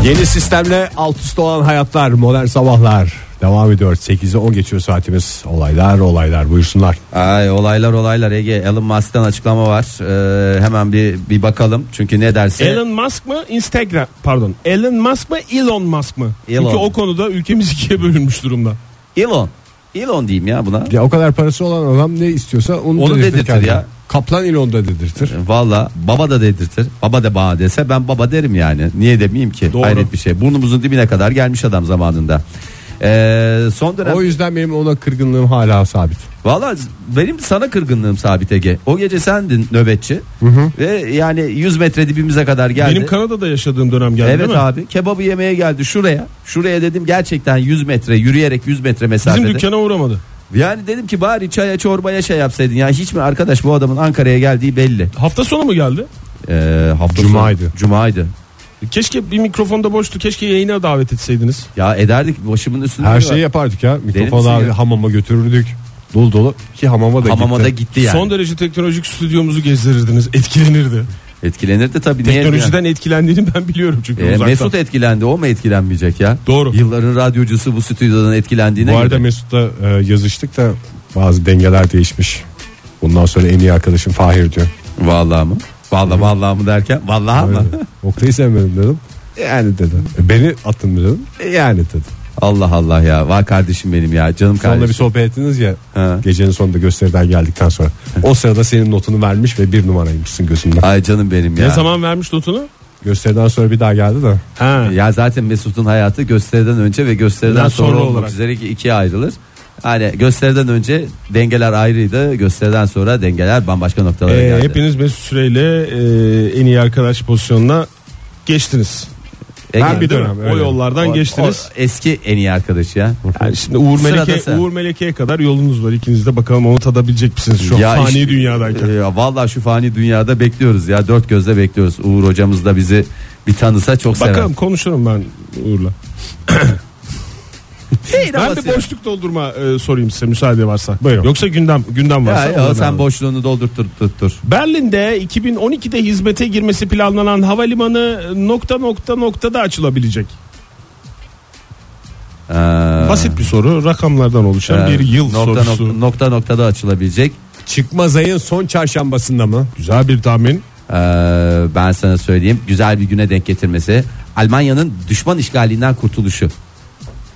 S2: Yeni sistemle alt üst olan hayatlar modern sabahlar devam ediyor. 8'e 10 geçiyor saatimiz. Olaylar olaylar buyursunlar.
S3: Ay olaylar olaylar Ege Elon Musk'tan açıklama var. Ee, hemen bir bir bakalım çünkü ne derse.
S4: Elon Musk mı Instagram pardon Elon Musk mı Elon Musk mı?
S3: Elon.
S4: Çünkü o konuda ülkemiz ikiye bölünmüş durumda.
S3: Elon. Elon diyeyim ya buna.
S2: Ya o kadar parası olan adam ne istiyorsa onu,
S3: Onu
S2: dedirtir
S3: dedirtir
S2: kendine.
S3: ya.
S2: Kaplan ilonda dedirtir.
S3: Valla baba da dedirtir. Baba da bana dese ben baba derim yani. Niye demeyeyim ki?
S4: Doğru.
S3: Hayret bir şey. Burnumuzun dibine kadar gelmiş adam zamanında. Ee, son dönem
S2: O yüzden benim ona kırgınlığım hala sabit.
S3: Valla benim sana kırgınlığım Sabit Ege. O gece sendin nöbetçi. Ve yani 100 metre dibimize kadar geldi.
S4: Benim Kanada'da yaşadığım dönem geldi
S3: evet
S4: değil mi?
S3: abi kebabı yemeye geldi şuraya. Şuraya dedim gerçekten 100 metre yürüyerek 100 metre
S4: Bizim
S3: mesafede.
S4: dükkana uğramadı.
S3: Yani dedim ki bari çaya çorbaya şey yapsaydın. Ya hiç mi arkadaş bu adamın Ankara'ya geldiği belli.
S4: Hafta sonu mu geldi?
S3: Ee, hafta sonu-
S2: Cuma'ydı.
S3: Cuma'ydı.
S4: Keşke bir mikrofonda boştu. Keşke yayına davet etseydiniz.
S3: Ya ederdik başımın üstünde.
S2: Her şey
S3: bir
S2: şeyi
S3: var.
S2: yapardık ya. Mikrofonu
S3: misin
S2: abi
S3: ya?
S2: hamama götürürdük. Dolu dolu ki hamama da
S3: Hamama
S2: gitti.
S3: da gitti yani.
S4: Son derece teknolojik stüdyomuzu gezdirirdiniz. Etkilenirdi.
S3: Etkilenirdi tabii. niye
S4: Teknolojiden etkilendiğini ben biliyorum çünkü
S3: yani? Ee,
S4: uzaktan.
S3: Mesut etkilendi o mu etkilenmeyecek ya?
S4: Doğru.
S3: Yılların radyocusu bu stüdyodan etkilendiğine
S2: Bu arada
S3: göre.
S2: Mesut'la e, yazıştık da bazı dengeler değişmiş. Bundan sonra en iyi arkadaşım Fahir diyor.
S3: Vallahi mı? Vallahi vallahi mı derken vallahi mı?
S2: Öyle. Oktay'ı sevmedim dedim. Yani dedi. E, Beni attın mı dedim. E, Yani dedi.
S3: Allah Allah ya. Var kardeşim benim ya. Canım
S2: Sonunda bir
S3: kardeşim.
S2: sohbet ettiniz ya
S3: Ha.
S2: gecenin sonunda gösteriden geldikten sonra. O sırada senin notunu vermiş ve bir numaraymışsın gözümde.
S3: Ay canım benim ya.
S5: Ne zaman vermiş notunu?
S2: Gösteriden sonra bir daha geldi de.
S5: Ha.
S3: Ya zaten Mesut'un hayatı gösteriden önce ve gösteriden
S5: Ondan
S3: sonra,
S5: sonra
S3: olmak
S5: olarak.
S3: üzere iki- ikiye ayrılır. Yani gösteriden önce dengeler ayrıydı. Gösteriden sonra dengeler bambaşka noktalara
S4: Ee,
S3: geldi.
S4: hepiniz Mesut Süreyle e, en iyi arkadaş pozisyonuna geçtiniz.
S3: Ege-
S4: Her bir dönem
S2: öyle.
S4: E, o yollardan
S3: O-
S4: geçtiniz.
S3: o eski en iyi arkadaş ya.
S4: Yani şimdi Uğur
S3: Sırada
S4: Meleke
S3: sen.
S4: Uğur Meleke'ye kadar yolunuz var ikiniz de bakalım onu tadabilecek misiniz şu an
S3: Ya
S4: fani
S3: işte-
S4: dünyadayken.
S3: Ee, vallahi şu fani dünyada bekliyoruz ya. Dört gözle bekliyoruz. Uğur hocamız da bizi bir tanısa çok sever.
S4: Bakalım konuşurum ben Uğur'la.
S3: Değil
S4: Ben
S3: havası
S4: de
S3: ya.
S4: boşluk doldurma e, sorayım size müsaade varsa.
S2: Buyurun.
S4: Yoksa gündem gündem varsa.
S3: Ya, e, ya,
S4: oradan
S3: sen
S4: alalım.
S3: boşluğunu doldurtur tuttur.
S4: Berlin'de 2012'de hizmete girmesi planlanan havalimanı e, nokta nokta noktada açılabilecek.
S3: Ee,
S4: Basit bir soru rakamlardan oluşan
S3: ee,
S4: bir yıl
S3: nokta,
S4: sorusu.
S3: Nokta, nokta noktada açılabilecek.
S2: Çıkmaz ayın son çarşambasında mı?
S4: Güzel bir tahmin.
S3: Ee, ben sana söyleyeyim güzel bir güne denk getirmesi Almanya'nın düşman işgalinden kurtuluşu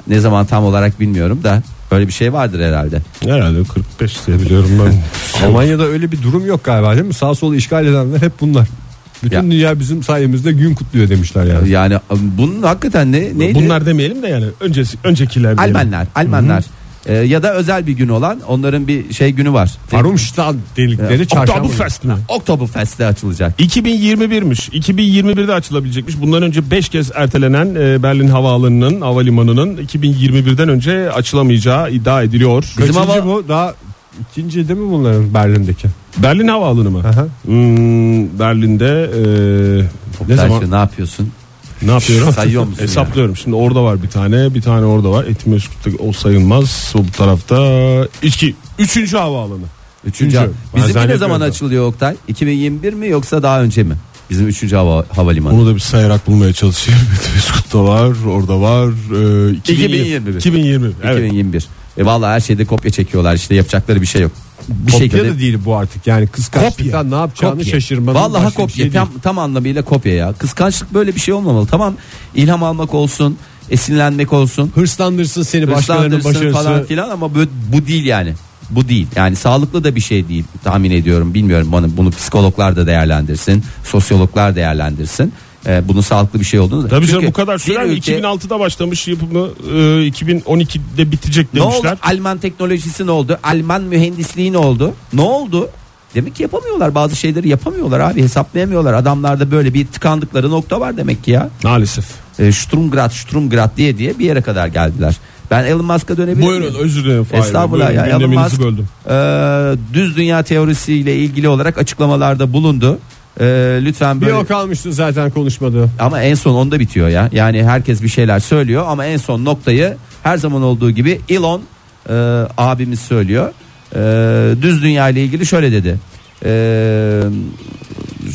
S3: ne zaman tam olarak bilmiyorum da böyle bir şey vardır herhalde
S4: Herhalde 45 diye biliyorum ben.
S2: Almanya'da öyle bir durum yok galiba değil mi? Sağ solu işgal edenler hep bunlar. Bütün
S3: Ya.
S2: dünya bizim sayemizde gün kutluyor demişler yani.
S3: yani ıı, bunun hakikaten ne neydi
S4: Bunlar demeyelim de yani öncesi öncekiler diyelim.
S3: Almanlar Almanlar Ee, ya da özel bir gün olan onların bir şey günü var
S2: Farumstad delikleri çarşamba.
S4: Oktoberfest mi?
S3: Oktoberfest'te açılacak
S4: 2021'miş. 2021'de açılabilecekmiş. Bundan önce 5 kez ertelenen e, Berlin Havaalanı'nın, havalimanının 2021'den önce açılamayacağı iddia ediliyor.
S3: Bizim
S2: Kaçıncı
S3: hava-
S2: bu? Daha ikinci değil mi bunların Berlin'deki?
S4: Berlin Havaalanı mı?
S2: Aha.
S4: Hmm, Berlin'de e,
S3: Sen
S4: ne zaman
S3: şimdi ne yapıyorsun
S4: ne yapıyorum?
S3: Sayıyor musun yani?
S4: Hesaplıyorum. Şimdi orada var bir tane, bir tane orada var. Etimesgut'ta o sayılmaz. O bu tarafta iki, üçüncü havaalanı.
S3: Üçüncü.
S4: Üçüncü. Ben
S3: Bizimki ne zaman
S4: zannetmiyorum da.
S3: açılıyor Oktay 2021 mi yoksa daha önce mi bizim 3. hava, havalimanı
S4: Onu da bir sayarak bulmaya çalışıyorum. Etimesgut'ta var, orada var. E,
S3: 2021.
S4: 2020. Evet.
S3: 2021. E vallahi her şeyde kopya çekiyorlar işte yapacakları bir şey yok. Bir
S2: kopya
S3: şekilde.
S2: da değil bu artık yani
S3: Kopya.
S2: kıskançlıktan ne yapacağını
S3: Kopya.
S2: şaşırmanın
S3: Vallahi
S2: başka bir
S3: kopya
S2: şey değil.
S3: tam, tam anlamıyla kopya ya. Kıskançlık böyle bir şey olmamalı. Tamam ilham almak olsun, esinlenmek olsun,
S2: hırslandırsın seni başkalarının
S3: hırslandırsın
S2: başarısı.
S3: falan filan ama bu, bu değil yani. Bu değil. Yani sağlıklı da bir şey değil tahmin ediyorum. Bilmiyorum bunu, bunu psikologlar da değerlendirsin, sosyologlar değerlendirsin. E, bunun sağlıklı bir şey olduğunu.
S4: Tabii
S3: Çünkü
S4: canım bu kadar sürer
S3: bir
S4: mi?
S3: ülke-
S4: 2006'da başlamış yapımı e, 2012'de bitecek
S3: Ne oldu?
S4: demişler.
S3: Alman teknolojisi ne oldu? Alman mühendisliği ne oldu? Ne oldu? Demek ki yapamıyorlar bazı şeyleri yapamıyorlar abi hesaplayamıyorlar. Adamlarda böyle bir tıkandıkları nokta var demek ki ya.
S4: Maalesef.
S3: E, Sturmgrad, Sturmgrad diye diye bir yere kadar geldiler. Ben Elon Musk'a dönebilir
S4: Buyurun
S3: miyim?
S4: özür dilerim. Fahir Bey.
S3: Estağfurullah
S4: Buyurun,
S3: ya Elon
S4: gündeminizi
S3: Musk
S4: böldüm.
S3: e, düz dünya teorisiyle ilgili olarak açıklamalarda bulundu. E, lütfen
S2: Bir
S3: böyle
S2: o kalmıştı zaten konuşmadı.
S3: ama en son onda bitiyor ya. Yani herkes bir şeyler söylüyor ama en son noktayı her zaman olduğu gibi Elon e, abimiz söylüyor. E, düz dünya ile ilgili şöyle dedi. E,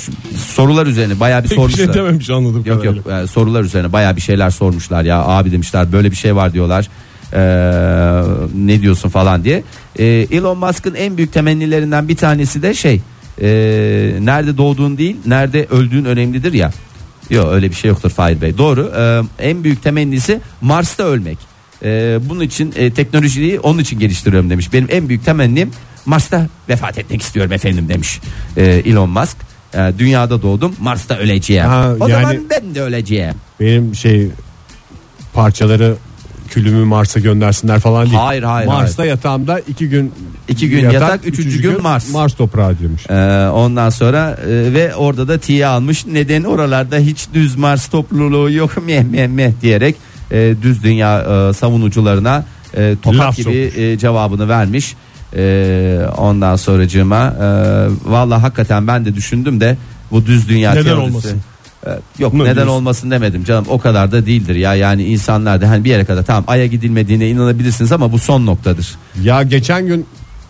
S3: şu- sorular üzerine bayağı bir
S4: Pek bir şey
S3: sormuşlar.
S4: dememiş anladım.
S3: Yok yok e, sorular üzerine bayağı bir şeyler sormuşlar ya abi demişler böyle bir şey var diyorlar. E, ne diyorsun falan diye. E, Elon Musk'ın en büyük temennilerinden bir tanesi de şey e, nerede doğduğun değil nerede öldüğün önemlidir ya. Yok öyle bir şey yoktur Fahir Bey. Doğru. E, en büyük temennisi Mars'ta ölmek. E, bunun için e, teknolojiyi onun için geliştiriyorum demiş. Benim en büyük temennim Mars'ta vefat etmek istiyorum efendim demiş E, Elon Musk. E, dünyada doğdum Mars'ta öleceğim.
S2: Ha,
S3: o
S2: yani-
S3: zaman ben de öleceğim.
S2: Benim şey parçaları külümü Mars'a göndersinler falan değil.
S3: Hayır, hayır,
S2: Mars'ta yatağımda iki gün
S3: İki gün yatak, üçüncü gün Mars.
S2: Mars toprağı diyormuş.
S3: Ee, ondan sonra e, ve orada da tiye almış. Neden oralarda hiç düz Mars topluluğu yok meh meh meh diyerek e, düz dünya e, savunucularına e, tokat
S4: Laf
S3: gibi e, cevabını vermiş. E, ondan sonracığıma e, valla hakikaten ben de düşündüm de bu düz dünya
S4: Neden
S3: teorisi-
S4: olmasın?
S3: E, Yok
S4: Ne
S3: neden
S4: diyorsun?
S3: olmasın demedim canım o kadar da değildir ya yani insanlar da hani bir yere kadar tamam aya gidilmediğine inanabilirsiniz ama bu son noktadır.
S2: Ya geçen gün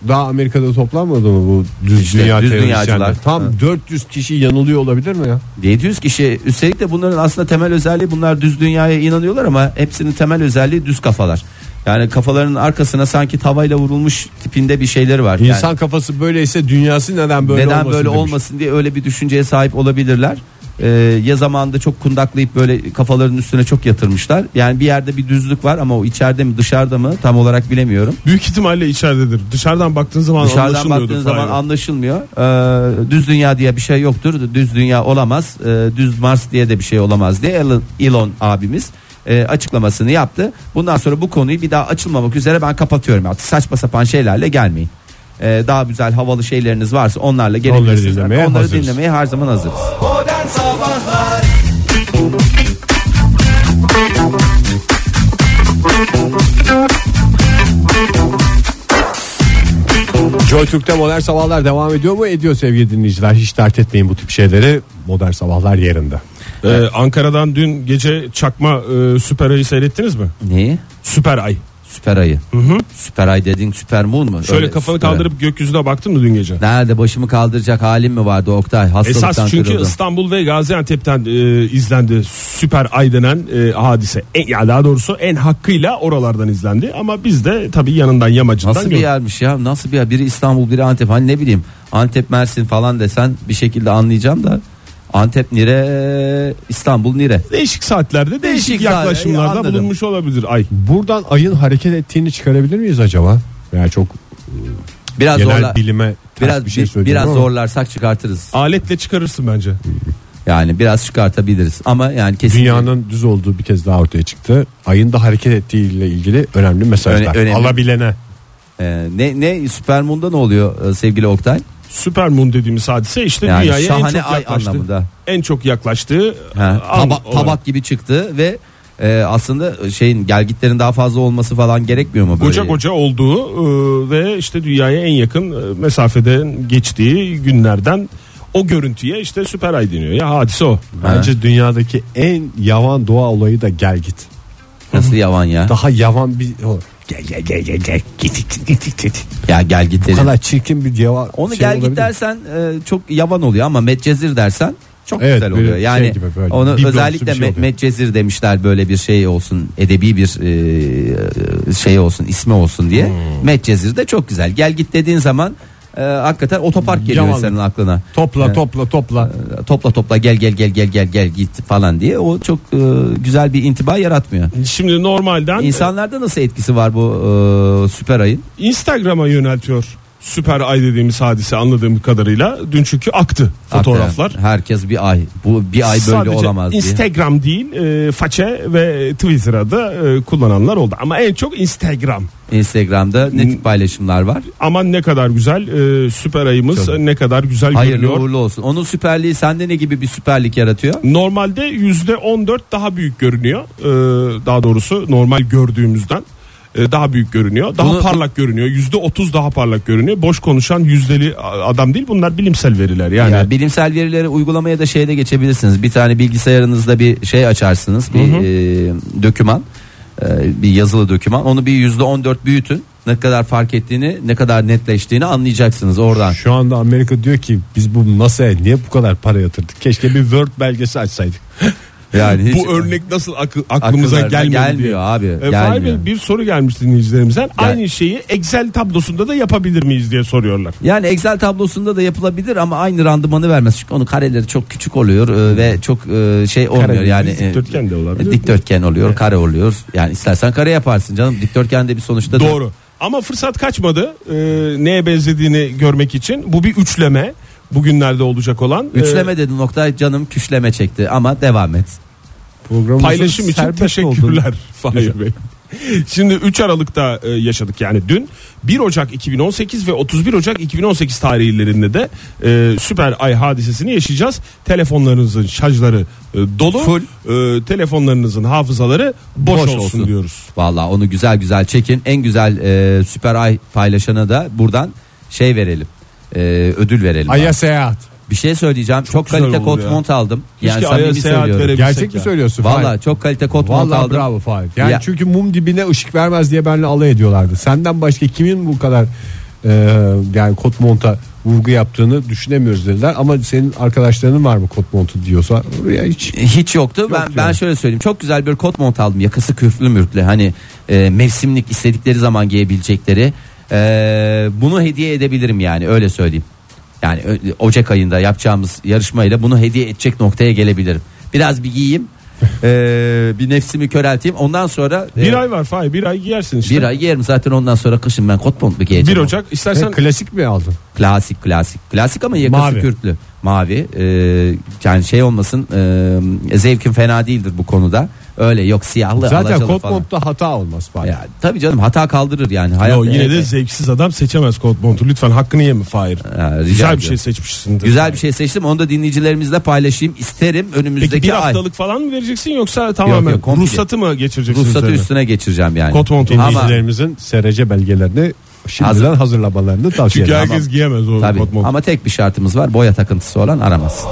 S2: daha Amerika'da toplanmadı mı bu düz
S3: İşte
S2: dünya
S3: düz
S2: teorisyenleri?
S3: dünyacılar.
S2: Tam
S3: Ha.
S2: 400 kişi yanılıyor olabilir mi ya?
S3: 700 kişi üstelik de bunların aslında temel özelliği bunlar düz dünyaya inanıyorlar ama hepsinin temel özelliği düz kafalar. Yani kafalarının arkasına sanki tavayla vurulmuş tipinde bir şeyleri var. Yani
S2: İnsan kafası böyleyse dünyası neden böyle
S3: neden
S2: olmasın
S3: böyle
S2: demiş.
S3: olmasın diye öyle bir düşünceye sahip olabilirler. Ee, ya zamanında çok kundaklayıp böyle kafalarının üstüne çok yatırmışlar. Yani bir yerde bir düzlük var ama o içeride mi dışarıda mı tam olarak bilemiyorum.
S4: Büyük ihtimalle içeridedir. Dışarıdan baktığın zaman
S3: Dışarıdan
S4: anlaşılmıyordur.
S3: baktığın zaman
S4: Fahir.
S3: anlaşılmıyor. Ee, düz dünya diye bir şey yoktur. Düz dünya olamaz. Ee, düz Mars diye de bir şey olamaz diye Elon, Elon abimiz e, açıklamasını yaptı. Bundan sonra bu konuyu bir daha açılmamak üzere ben kapatıyorum. Artık saçma sapan şeylerle gelmeyin. Ee, daha güzel havalı şeyleriniz varsa onlarla gelebilirsiniz. Onları
S2: dinlemeye
S3: dinlemeye, Onları
S2: hazırız.
S3: dinlemeye her zaman hazırız.
S2: Joy Türk'te modern sabahlar devam ediyor mu? Ediyor sevgili dinleyiciler. Hiç dert etmeyin bu tip şeyleri. Modern sabahlar yerinde.
S4: Ee, Ankara'dan dün gece çakma e, Süper Ay'ı seyrettiniz mi?
S3: Neyi?
S4: Süper Ay.
S3: Süper ayı. Süper ay dediğin süper moon mu?
S4: Şöyle
S3: Öyle
S4: kafanı
S3: süper ay.
S4: kaldırıp gökyüzüne baktın mı dün gece?
S3: Nerede başımı kaldıracak halim mi vardı Oktay? Hastalıktan
S4: Esas çünkü
S3: kırıldım.
S4: İstanbul ve Gaziantep'ten e, izlendi süper ay denen e, hadise. En, ya daha doğrusu en hakkıyla oralardan izlendi ama biz de tabii yanından yamacından
S3: Nasıl bir
S4: gördük.
S3: yermiş ya? Nasıl bir yer? Biri İstanbul, biri Antep. Hani ne bileyim. Antep, Mersin falan desen bir şekilde anlayacağım da. Antep nire, İstanbul nire.
S4: Değişik saatlerde değişik,
S3: Değişik saat-
S4: yaklaşımlarda
S3: anladım.
S4: bulunmuş olabilir ay.
S2: Buradan ayın hareket ettiğini çıkarabilir miyiz acaba? Yani çok
S3: Biraz
S2: genel
S3: zorla
S2: bilime ters
S3: biraz
S2: bir şey
S3: bir-
S2: söylüyorum
S3: biraz
S2: ama
S3: zorlarsak çıkartırız.
S4: Aletle çıkarırsın bence.
S3: Yani biraz çıkartabiliriz ama yani kesin
S2: Dünyanın düz olduğu bir kez daha ortaya çıktı. Ayın da hareket ettiğiyle ilgili önemli mesajlar.
S3: Öne- önemli.
S2: Alabilene.
S3: Ee, ne ne Süpermoon'da ne oluyor e, sevgili Oktay?
S4: Süper moon dediğimiz hadise işte
S3: Yani
S4: dünyaya en çok
S3: şahane ay
S4: yaklaştığı
S3: anlamında.
S4: en çok yaklaştığı
S3: Ha,
S4: an
S3: taba-
S4: olarak.
S3: tabak gibi çıktı ve e, aslında şeyin gelgitlerin daha fazla olması falan gerekmiyor mu böyle?
S4: Koca koca olduğu e, ve işte dünyaya en yakın e, mesafeden geçtiği günlerden o görüntüye işte süper ay deniyor. Ya hadise o.
S2: Bence dünyadaki en yavan doğa olayı da gel git.
S3: Nasıl yavan ya?
S2: Daha yavan bir o- gel gel gel gel gel git git git git git.
S3: Ya gelgitlerin.
S2: Bu kadar çirkin bir yavan.
S3: Onu
S2: şey
S3: gel
S2: olabilir mi?
S3: git dersen e, çok yavan oluyor ama Medcezir dersen çok
S2: Evet,
S3: güzel
S2: böyle
S3: oluyor.
S2: şey
S3: Yani
S2: gibi böyle
S3: onu
S2: biblomsu
S3: özellikle
S2: bir şey
S3: Me-
S2: oluyor.
S3: Medcezir demişler böyle bir şey olsun edebi bir e, şey olsun ismi olsun diye.
S2: Hmm.
S3: Medcezir de çok güzel. Gel git dediğin zaman e, hakikaten otopark geliyor
S2: Hmm, Yavan.
S3: senin aklına.
S2: Topla topla topla.
S3: E, Topla topla gel gel gel gel gel gel git falan diye o çok e, güzel bir intiba yaratmıyor.
S4: Şimdi normalden
S3: İnsanlarda nasıl etkisi var bu e, süper ayın?
S4: e, Instagram'a yöneltiyor süper ay dediğimiz hadise anladığım kadarıyla. Dün çünkü aktı fotoğraflar.
S3: Hakikaten Herkes bir ay. Bu bir ay böyle
S4: Sadece
S3: olamaz diye.
S4: Instagram değil e, façe ve Twitter'da da e, kullananlar oldu. Ama en çok Instagram.
S3: Instagram'da ne tip paylaşımlar var?
S4: Aman ne kadar güzel e, süper ayımız
S2: Çok.
S4: ne kadar güzel
S3: Hayırlı
S4: görünüyor.
S3: uğurlu olsun. Onun süperliği sende ne gibi bir süperlik yaratıyor?
S4: Normalde yüzde 14 daha büyük görünüyor. Ee, daha doğrusu normal gördüğümüzden e, daha büyük görünüyor. Daha
S3: Bunu-
S4: parlak görünüyor. Yüzde 30 daha parlak görünüyor. Boş konuşan yüzdeli a- adam değil. Bunlar bilimsel veriler yani.
S3: Ya bilimsel verileri uygulamaya da şeyde geçebilirsiniz. Bir tane bilgisayarınızda bir şey açarsınız. Bir e, döküman. e, bir yazılı döküman. Onu bir yüzde 14 büyütün. Ne kadar fark ettiğini, ne kadar netleştiğini anlayacaksınız oradan.
S2: Şu anda Amerika diyor ki biz bu NASA'ya niye bu kadar para yatırdık? Keşke bir Word belgesi açsaydık.
S3: Yani hiç-
S4: Bu örnek nasıl akı- aklımıza
S3: Akıllarına
S4: gelmedi
S3: gelmiyor
S4: diye.
S3: abi,
S4: Ee, Fahir
S3: gelmiyor.
S4: Bey, bir soru gelmiş dinleyicilerimizden. Aynı şeyi Excel tablosunda da yapabilir miyiz diye soruyorlar.
S3: Yani Excel tablosunda da yapılabilir ama aynı randımanı vermez. Çünkü onun kareleri çok küçük oluyor e, ve çok e, şey olmuyor
S4: Kare değil,
S3: yani. e,
S4: dikdörtgen de olabilir.
S3: Dikdörtgen oluyor, kare oluyor. Yani istersen kare yaparsın canım. Dikdörtgen de bir sonuçta. da-
S4: Doğru. Ama fırsat kaçmadı. Ee, neye benzediğini görmek için. Bu bir üçleme. Bugünlerde olacak olan. Ee,
S3: Üçleme dedin nokta canım küşleme çekti ama devam et.
S2: Programımızın
S4: Paylaşım için
S2: serbest olduğunu-
S4: teşekkürler Fahir Bey. Şimdi 3 Aralık'ta e, yaşadık yani dün 1 Ocak 2018 ve 31 Ocak 2018 tarihlerinde de e, süper ay hadisesini yaşayacağız. Telefonlarınızın şarjları e, dolu, e, telefonlarınızın hafızaları boş,
S3: Boş
S4: olsun,
S3: olsun.
S4: diyoruz.
S3: Valla onu güzel güzel çekin. En güzel e, süper ay paylaşana da buradan şey verelim. E, ödül verelim.
S2: Ay'a seyahat.
S3: Bir şey söyleyeceğim. Çok,
S4: güzel
S3: kalite
S4: oldu
S3: kot
S4: ya.
S3: mont aldım.
S4: Keşke
S3: yani
S4: Ay'a
S3: samimi
S4: seyahat
S3: söylüyorum.
S4: verebilsek.
S2: Gerçek mi
S4: ya.
S2: söylüyorsun?
S3: Valla
S2: Fahir?
S3: çok kalite kot mont
S2: Vallahi
S3: aldım.
S2: bravo Fahir. Yani
S3: Ya-
S2: çünkü mum dibine ışık vermez diye benimle alay ediyorlardı. Senden başka kimin bu kadar e, yani kot monta vurgu yaptığını düşünemiyoruz dediler. Ama senin arkadaşlarının var mı kot montu diyorsa oraya hiç
S3: Hiç yoktu. ben
S2: yani.
S3: ben şöyle söyleyeyim. Çok güzel bir kot mont aldım. Yakası küflü mürklü. Hani e, mevsimlik istedikleri zaman giyebilecekleri. E, bunu hediye edebilirim yani öyle söyleyeyim. Yani Ö- Ocak ayında yapacağımız yarışmayla bunu hediye edecek noktaya gelebilirim. Biraz bir giyeyim. eee, bir nefsimi körelteyim. Ondan sonra eee,
S6: Bir ay var Fahir bir ay giyersin işte.
S3: bir ay giyerim zaten ondan sonra kışın ben kot pantolon giyeceğim.
S6: 1 Ocak istersen
S2: E, klasik mi aldın?
S3: Klasik klasik. Klasik ama yakası
S6: Mavi.
S3: kürklü. Mavi. Eee, yani şey olmasın eee zevkin fena değildir bu konuda. Öyle yok siyahlı
S2: Zaten
S3: alacalı
S2: kot
S3: falan.
S2: modda hata olmaz bari.
S3: Ya, tabii canım hata kaldırır yani. Hayat,
S6: Yo, yine
S3: e,
S6: de zevksiz adam seçemez kot montu. Lütfen hakkını yeme Fahir.
S3: Ha, rica
S6: Güzel
S3: ediyorum.
S6: bir şey seçmişsin.
S3: Güzel bir şey seçtim. Onu da dinleyicilerimizle paylaşayım isterim. Önümüzdeki
S6: Peki bir
S3: ay
S6: haftalık falan mı vereceksin yoksa tamamen
S3: yok, komple.
S6: ruhsatı mı geçireceksin?
S3: ruhsatı
S6: üzerine?
S3: üstüne geçireceğim yani.
S6: Kot montu
S3: Ama
S2: Dinleyicilerimizin SRC belgelerini şimdiden
S3: Hazır.
S2: hazırlamalarını tavsiye
S6: Çünkü
S2: ederim.
S6: herkes giyemez o
S3: tabii.
S6: kot montu.
S3: Ama tek bir şartımız var. Boya takıntısı olan aramaz.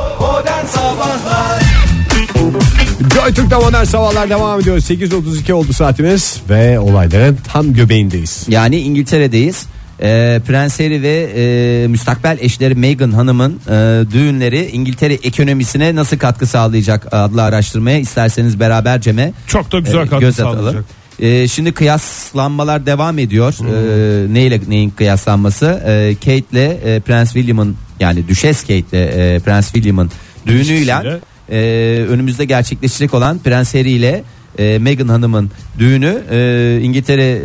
S2: Joy Türk'te modern sabahlar devam ediyor. 8.32 oldu saatimiz ve olayların tam göbeğindeyiz.
S3: Yani İngiltere'deyiz. Ee, Prens Harry ve e, müstakbel eşleri Meghan Hanım'ın e, düğünleri İngiltere ekonomisine nasıl katkı sağlayacak adlı araştırmaya isterseniz beraberceme
S6: Çok da güzel
S3: e,
S6: katkı
S3: göz
S6: sağlayacak.
S3: atalım. E, şimdi kıyaslanmalar devam ediyor. E, neyle neyin kıyaslanması? E, Kate ile e, Prens William'ın yani Düşes Kate ile e, Prens William'ın düğünüyle
S6: İkisiyle.
S3: e, önümüzde gerçekleşecek olan Prens Harry ile e, Meghan Hanım'ın düğünü e, İngiltere e,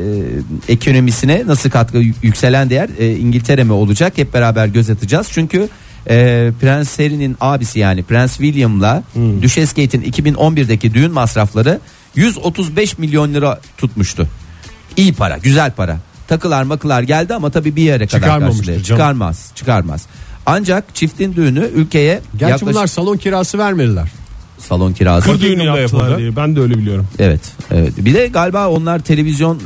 S3: ekonomisine nasıl katkı y- yükselen değer e, İngiltere mi olacak hep beraber göz atacağız çünkü e, Prens Harry'nin abisi yani Prens William'la
S2: Hmm.
S3: Düşes Kate'in 2011'deki düğün masrafları 135 milyon lira tutmuştu. İyi para, güzel para. Takılar makılar geldi ama tabii bir yere kadar
S2: Çıkarmamıştır
S3: karşılıyor.
S2: canım.
S3: Çıkarmaz, çıkarmaz. Ancak çiftin düğünü ülkeye
S2: Gerçi
S3: yaklaşık
S2: bunlar salon kirası vermediler.
S3: salon kirası.
S6: Kır düğünü
S2: Kır
S6: yaptılar
S2: yapıldı.
S6: diye ben de öyle biliyorum.
S3: Evet, evet. Bir de galiba onlar televizyon e,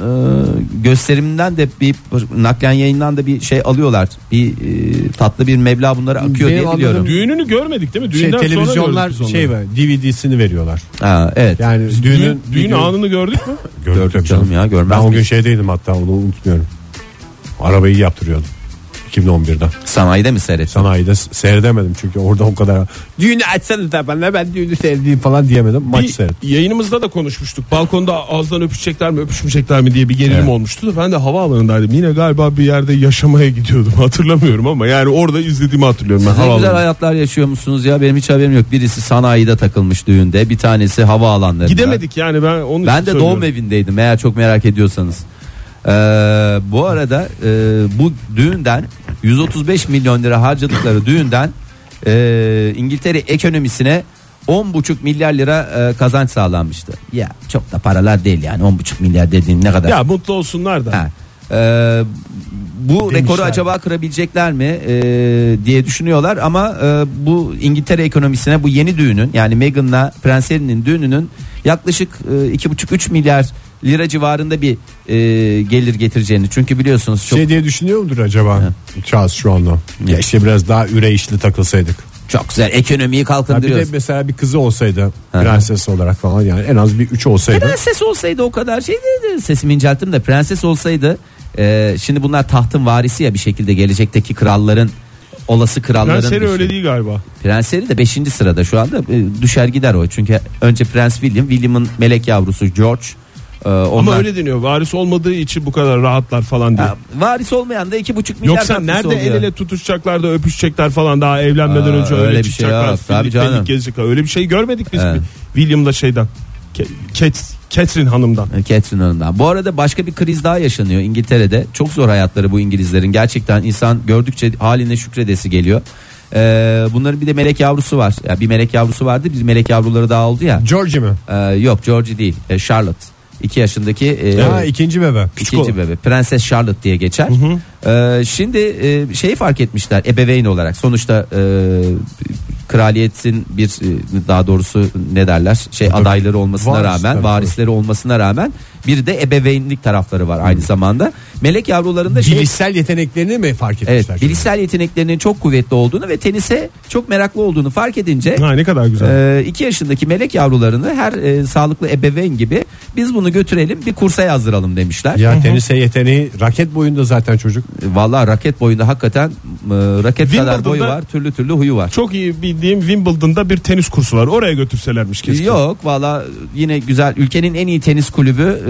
S3: gösteriminden de bir naklen yayından da bir şey alıyorlar. Bir e, tatlı bir meblağ bunlara akıyor
S2: Benim
S3: diye biliyorum.
S2: anladığım-
S6: Düğününü görmedik değil mi?
S2: Şey,
S6: Düğünden sonra
S2: televizyonlar
S6: gördük biz onları.
S2: şey ve DVD'sini veriyorlar.
S3: Ha, evet.
S2: Yani
S6: Düğün,
S2: düğünün
S6: düğün anını gördük mü?
S3: Gördük canım ya
S2: Ben
S3: görmez.
S2: o gün
S3: miyiz?
S2: şeydeydim hatta onu unutmuyorum. Arabayı yaptırıyordum. 2011'den.
S3: Sanayide mi seyret?
S2: Sanayide s- seyredemedim çünkü orada o kadar düğünü açsanız da ben, ben düğünü sevdiğim falan diyemedim. Maç
S6: Bir
S2: seyrettim.
S6: yayınımızda da konuşmuştuk. Balkonda ağızdan öpüşecekler mi öpüşmeyecekler mi diye bir gerilim olmuştu. da Ben de havaalanındaydım. Yine galiba bir yerde yaşamaya gidiyordum. Hatırlamıyorum ama yani orada izlediğimi hatırlıyorum ben
S3: Siz ne güzel
S6: havaalanında.
S3: hayatlar yaşıyor musunuz ya benim hiç haberim yok. Birisi sanayide takılmış düğünde, bir tanesi havaalanlarında.
S6: Gidemedik yani ben onun
S3: Ben
S6: için
S3: de
S6: söylüyorum.
S3: doğum evindeydim eğer çok merak ediyorsanız. Ee, bu arada e, bu düğünden 135 milyon lira harcadıkları düğünden e, İngiltere ekonomisine 10,5 milyar lira e, kazanç sağlanmıştı. Ya çok da paralar değil yani 10,5 milyar dediğin ne kadar?
S6: Ya mutlu olsunlar da.
S3: Ha. Ee, bu rekoru acaba kırabilecekler mi ee, diye düşünüyorlar ama e, bu İngiltere ekonomisine bu yeni düğünün yani Meghan'la Prens Harry'nin düğününün yaklaşık e, 2,5-3 milyar lira civarında bir e, gelir getireceğini çünkü biliyorsunuz çok
S2: Şey diye düşünüyor mudur acaba Charles şu anda? Ya
S3: Evet.
S2: işte biraz daha üreyişli takılsaydık.
S3: çok güzel ekonomiyi
S2: Ya bir de
S3: kalkındırıyoruz.
S2: mesela bir kızı olsaydı prenses olarak falan yani en az bir üç olsaydı.
S3: Prenses olsaydı o kadar şey değildi. Sesimi incelttim de prenses olsaydı e, şimdi bunlar tahtın varisi ya bir şekilde gelecekteki kralların olası kralların
S6: Prenseri
S3: düşün-
S6: öyle değil galiba.
S3: Prens Harry de 5. sırada şu anda E, düşer gider o. Çünkü önce Prens William, William'ın melek yavrusu George. E,
S6: Ama
S3: onlar,
S6: öyle deniyor. Varis olmadığı için bu kadar rahatlar falan diye.
S3: Ya, varis olmayan da 2,5 milyar
S6: Yoksa
S3: katkısı
S6: nerede el
S3: oluyor.
S6: ele tutuşacaklar da öpüşecekler falan daha evlenmeden
S3: Aa,
S6: önce öyle,
S3: öyle bir şey
S6: çıkacaklar.
S3: yok. Tabii
S6: birlikte
S3: canım.
S6: gezecekler. Öyle bir şey görmedik biz.
S3: He.
S6: William'la şeyden. Ke- Kat- Catherine Hanım'dan.
S3: E, Catherine Hanım'dan. Bu arada başka bir kriz daha yaşanıyor İngiltere'de. Çok zor hayatları bu İngilizlerin. Gerçekten insan gördükçe haline şükredesi geliyor. E, bunların bir de melek yavrusu var. Ya bir melek yavrusu vardı. Bir melek yavruları daha oldu ya.
S2: George mi?
S3: E, yok Georgie değil. E, Charlotte. 2 yaşındaki e,
S2: Ha ikinci bebe.
S3: İkinci bebe Prenses Charlotte diye geçer. Ee, şimdi e, şeyi fark etmişler ebeveyn olarak. Sonuçta e, kraliyetin bir e, daha doğrusu ne derler şey adayları olmasına
S2: Varis
S3: rağmen
S2: tabii,
S3: varisleri olmasına rağmen bir de ebeveynlik tarafları var aynı zamanda. Melek yavrularında şey
S2: Bilişsel yeteneklerini mi fark etmişler?
S3: Evet, bilişsel yeteneklerinin çok kuvvetli olduğunu ve tenise çok meraklı olduğunu fark edince
S6: Ha, ne kadar güzel.
S3: 2 yaşındaki melek yavrularını her e, sağlıklı ebeveyn gibi biz bunu götürelim bir kursa yazdıralım demişler.
S2: Ya tenise yeteneği raket boyunda zaten çocuk.
S3: Vallahi raket boyunda hakikaten mı? Raket kadar boyu
S6: Wimbledon'da-
S3: var, türlü türlü huyu var.
S6: Çok iyi bildiğim Wimbledon'da bir tenis kursu var. Oraya götürselermiş keşke.
S3: Yok valla yine güzel ülkenin en iyi tenis kulübü e,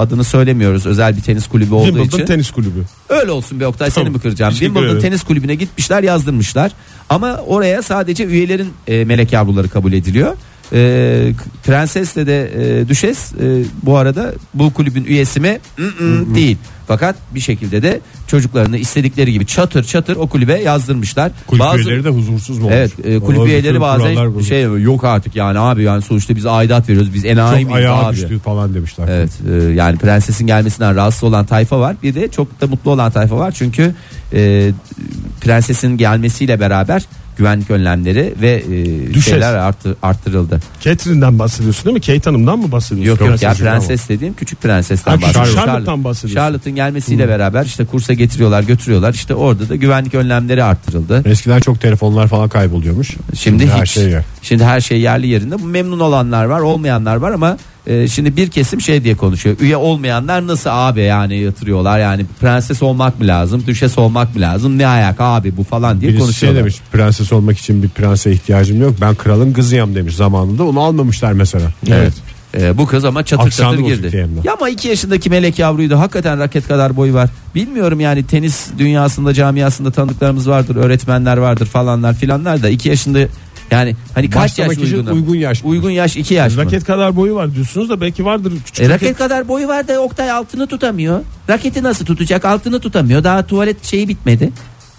S3: adını söylemiyoruz özel bir tenis kulübü olduğu
S6: Wimbledon
S3: için.
S6: teşekkür
S4: Tenis kulübü.
S3: Öyle olsun be Oktay seni
S6: Tamam,
S3: mi kıracağım?
S6: teşekkür
S3: Wimbledon
S6: ederim.
S3: tenis kulübüne gitmişler yazdırmışlar ama oraya sadece üyelerin e, melek yavruları kabul ediliyor. E, k- prensesle de e, düşes e, bu arada bu kulübün üyesi mi? Mm, mm, değil. Fakat bir şekilde de çocuklarını istedikleri gibi çatır çatır o kulübe yazdırmışlar.
S2: Kulüp
S3: Bazı-
S2: üyeleri de huzursuz mu olmuş?
S3: Evet e, kulüp
S2: Vallahi bütün
S3: üyeleri
S2: kurallar
S3: bazen
S2: bozulmuş.
S3: şey yok artık yani abi yani sonuçta biz aidat veriyoruz biz enayi
S2: çok
S3: miyiz
S2: ayağa
S3: abi.
S2: düştü falan demişler.
S3: Evet e, yani prensesin gelmesinden rahatsız olan tayfa var bir de çok da mutlu olan tayfa var çünkü e, prensesin gelmesiyle beraber güvenlik önlemleri ve e,
S6: Düşes.
S3: şeyler arttı, arttırıldı.
S6: Catherine'den bahsediyorsun değil mi? Kate Hanım'dan mı bahsediyorsun?
S3: Yok yok ya
S6: Prensesten
S3: prenses dediğim küçük prensesten
S6: Ha,
S3: bahsediyorum.
S6: Charlotte.
S3: Charlotte-
S6: Charlotte'tan bahsediyorsun.
S3: Charlotte'ın gelmesiyle beraber işte kursa getiriyorlar götürüyorlar işte orada da güvenlik önlemleri arttırıldı.
S2: Eskiden çok telefonlar falan kayboluyormuş.
S3: Şimdi, hiç.
S2: her şey ya.
S3: Şimdi her şey yerli yerinde. Bu memnun olanlar var, olmayanlar var ama e, şimdi bir kesim şey diye konuşuyor. Üye olmayanlar nasıl abi yani yatırıyorlar yani prenses olmak mı lazım, düşes olmak mı lazım, ne ayak abi bu falan diye
S2: Birisi şey
S3: konuşuyorlar.
S2: demiş prenses olmak için bir prense ihtiyacım yok ben kralın kızıyam demiş zamanında onu almamışlar mesela.
S3: Evet. E, bu kız ama çatır
S2: Aksanı
S3: çatır
S2: bozuk
S3: girdi.
S2: diyelim de.
S3: Ya ama 2 yaşındaki melek yavruydu. Hakikaten raket kadar boyu var. Bilmiyorum yani tenis dünyasında camiasında tanıdıklarımız vardır. Öğretmenler vardır falanlar filanlar da 2 yaşında yani hani kaç
S2: Başlamak
S3: yaş
S2: için
S3: uygun?
S2: uygun yaş.
S3: Uygun yaş 2 yaş mı?
S6: Raket kadar boyu var diyorsunuz da belki vardır küçük
S3: E, raket kadar boyu var da Oktay altını tutamıyor. Raketi nasıl tutacak? Altını tutamıyor. Daha tuvalet şeyi bitmedi.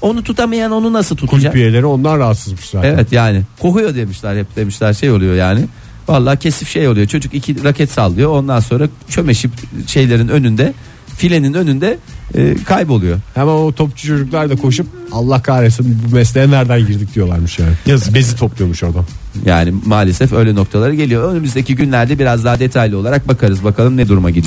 S3: Onu tutamayan onu nasıl tutacak?
S2: Kulüp üyeleri ondan rahatsızmış zaten.
S3: Evet yani kokuyor demişler hep demişler şey oluyor yani. Vallahi kesif şey oluyor. Çocuk iki raket sallıyor. Ondan sonra çömeşip şeylerin önünde filenin önünde e, kayboluyor.
S2: Hemen o topçu çocuklar da koşup Allah kahretsin bu mesleğe nereden girdik diyorlarmış yani. Yaz bezi topluyormuş orada.
S3: Yani maalesef öyle noktalara geliyor. Önümüzdeki günlerde biraz daha detaylı olarak bakarız. Bakalım ne duruma gidiyor.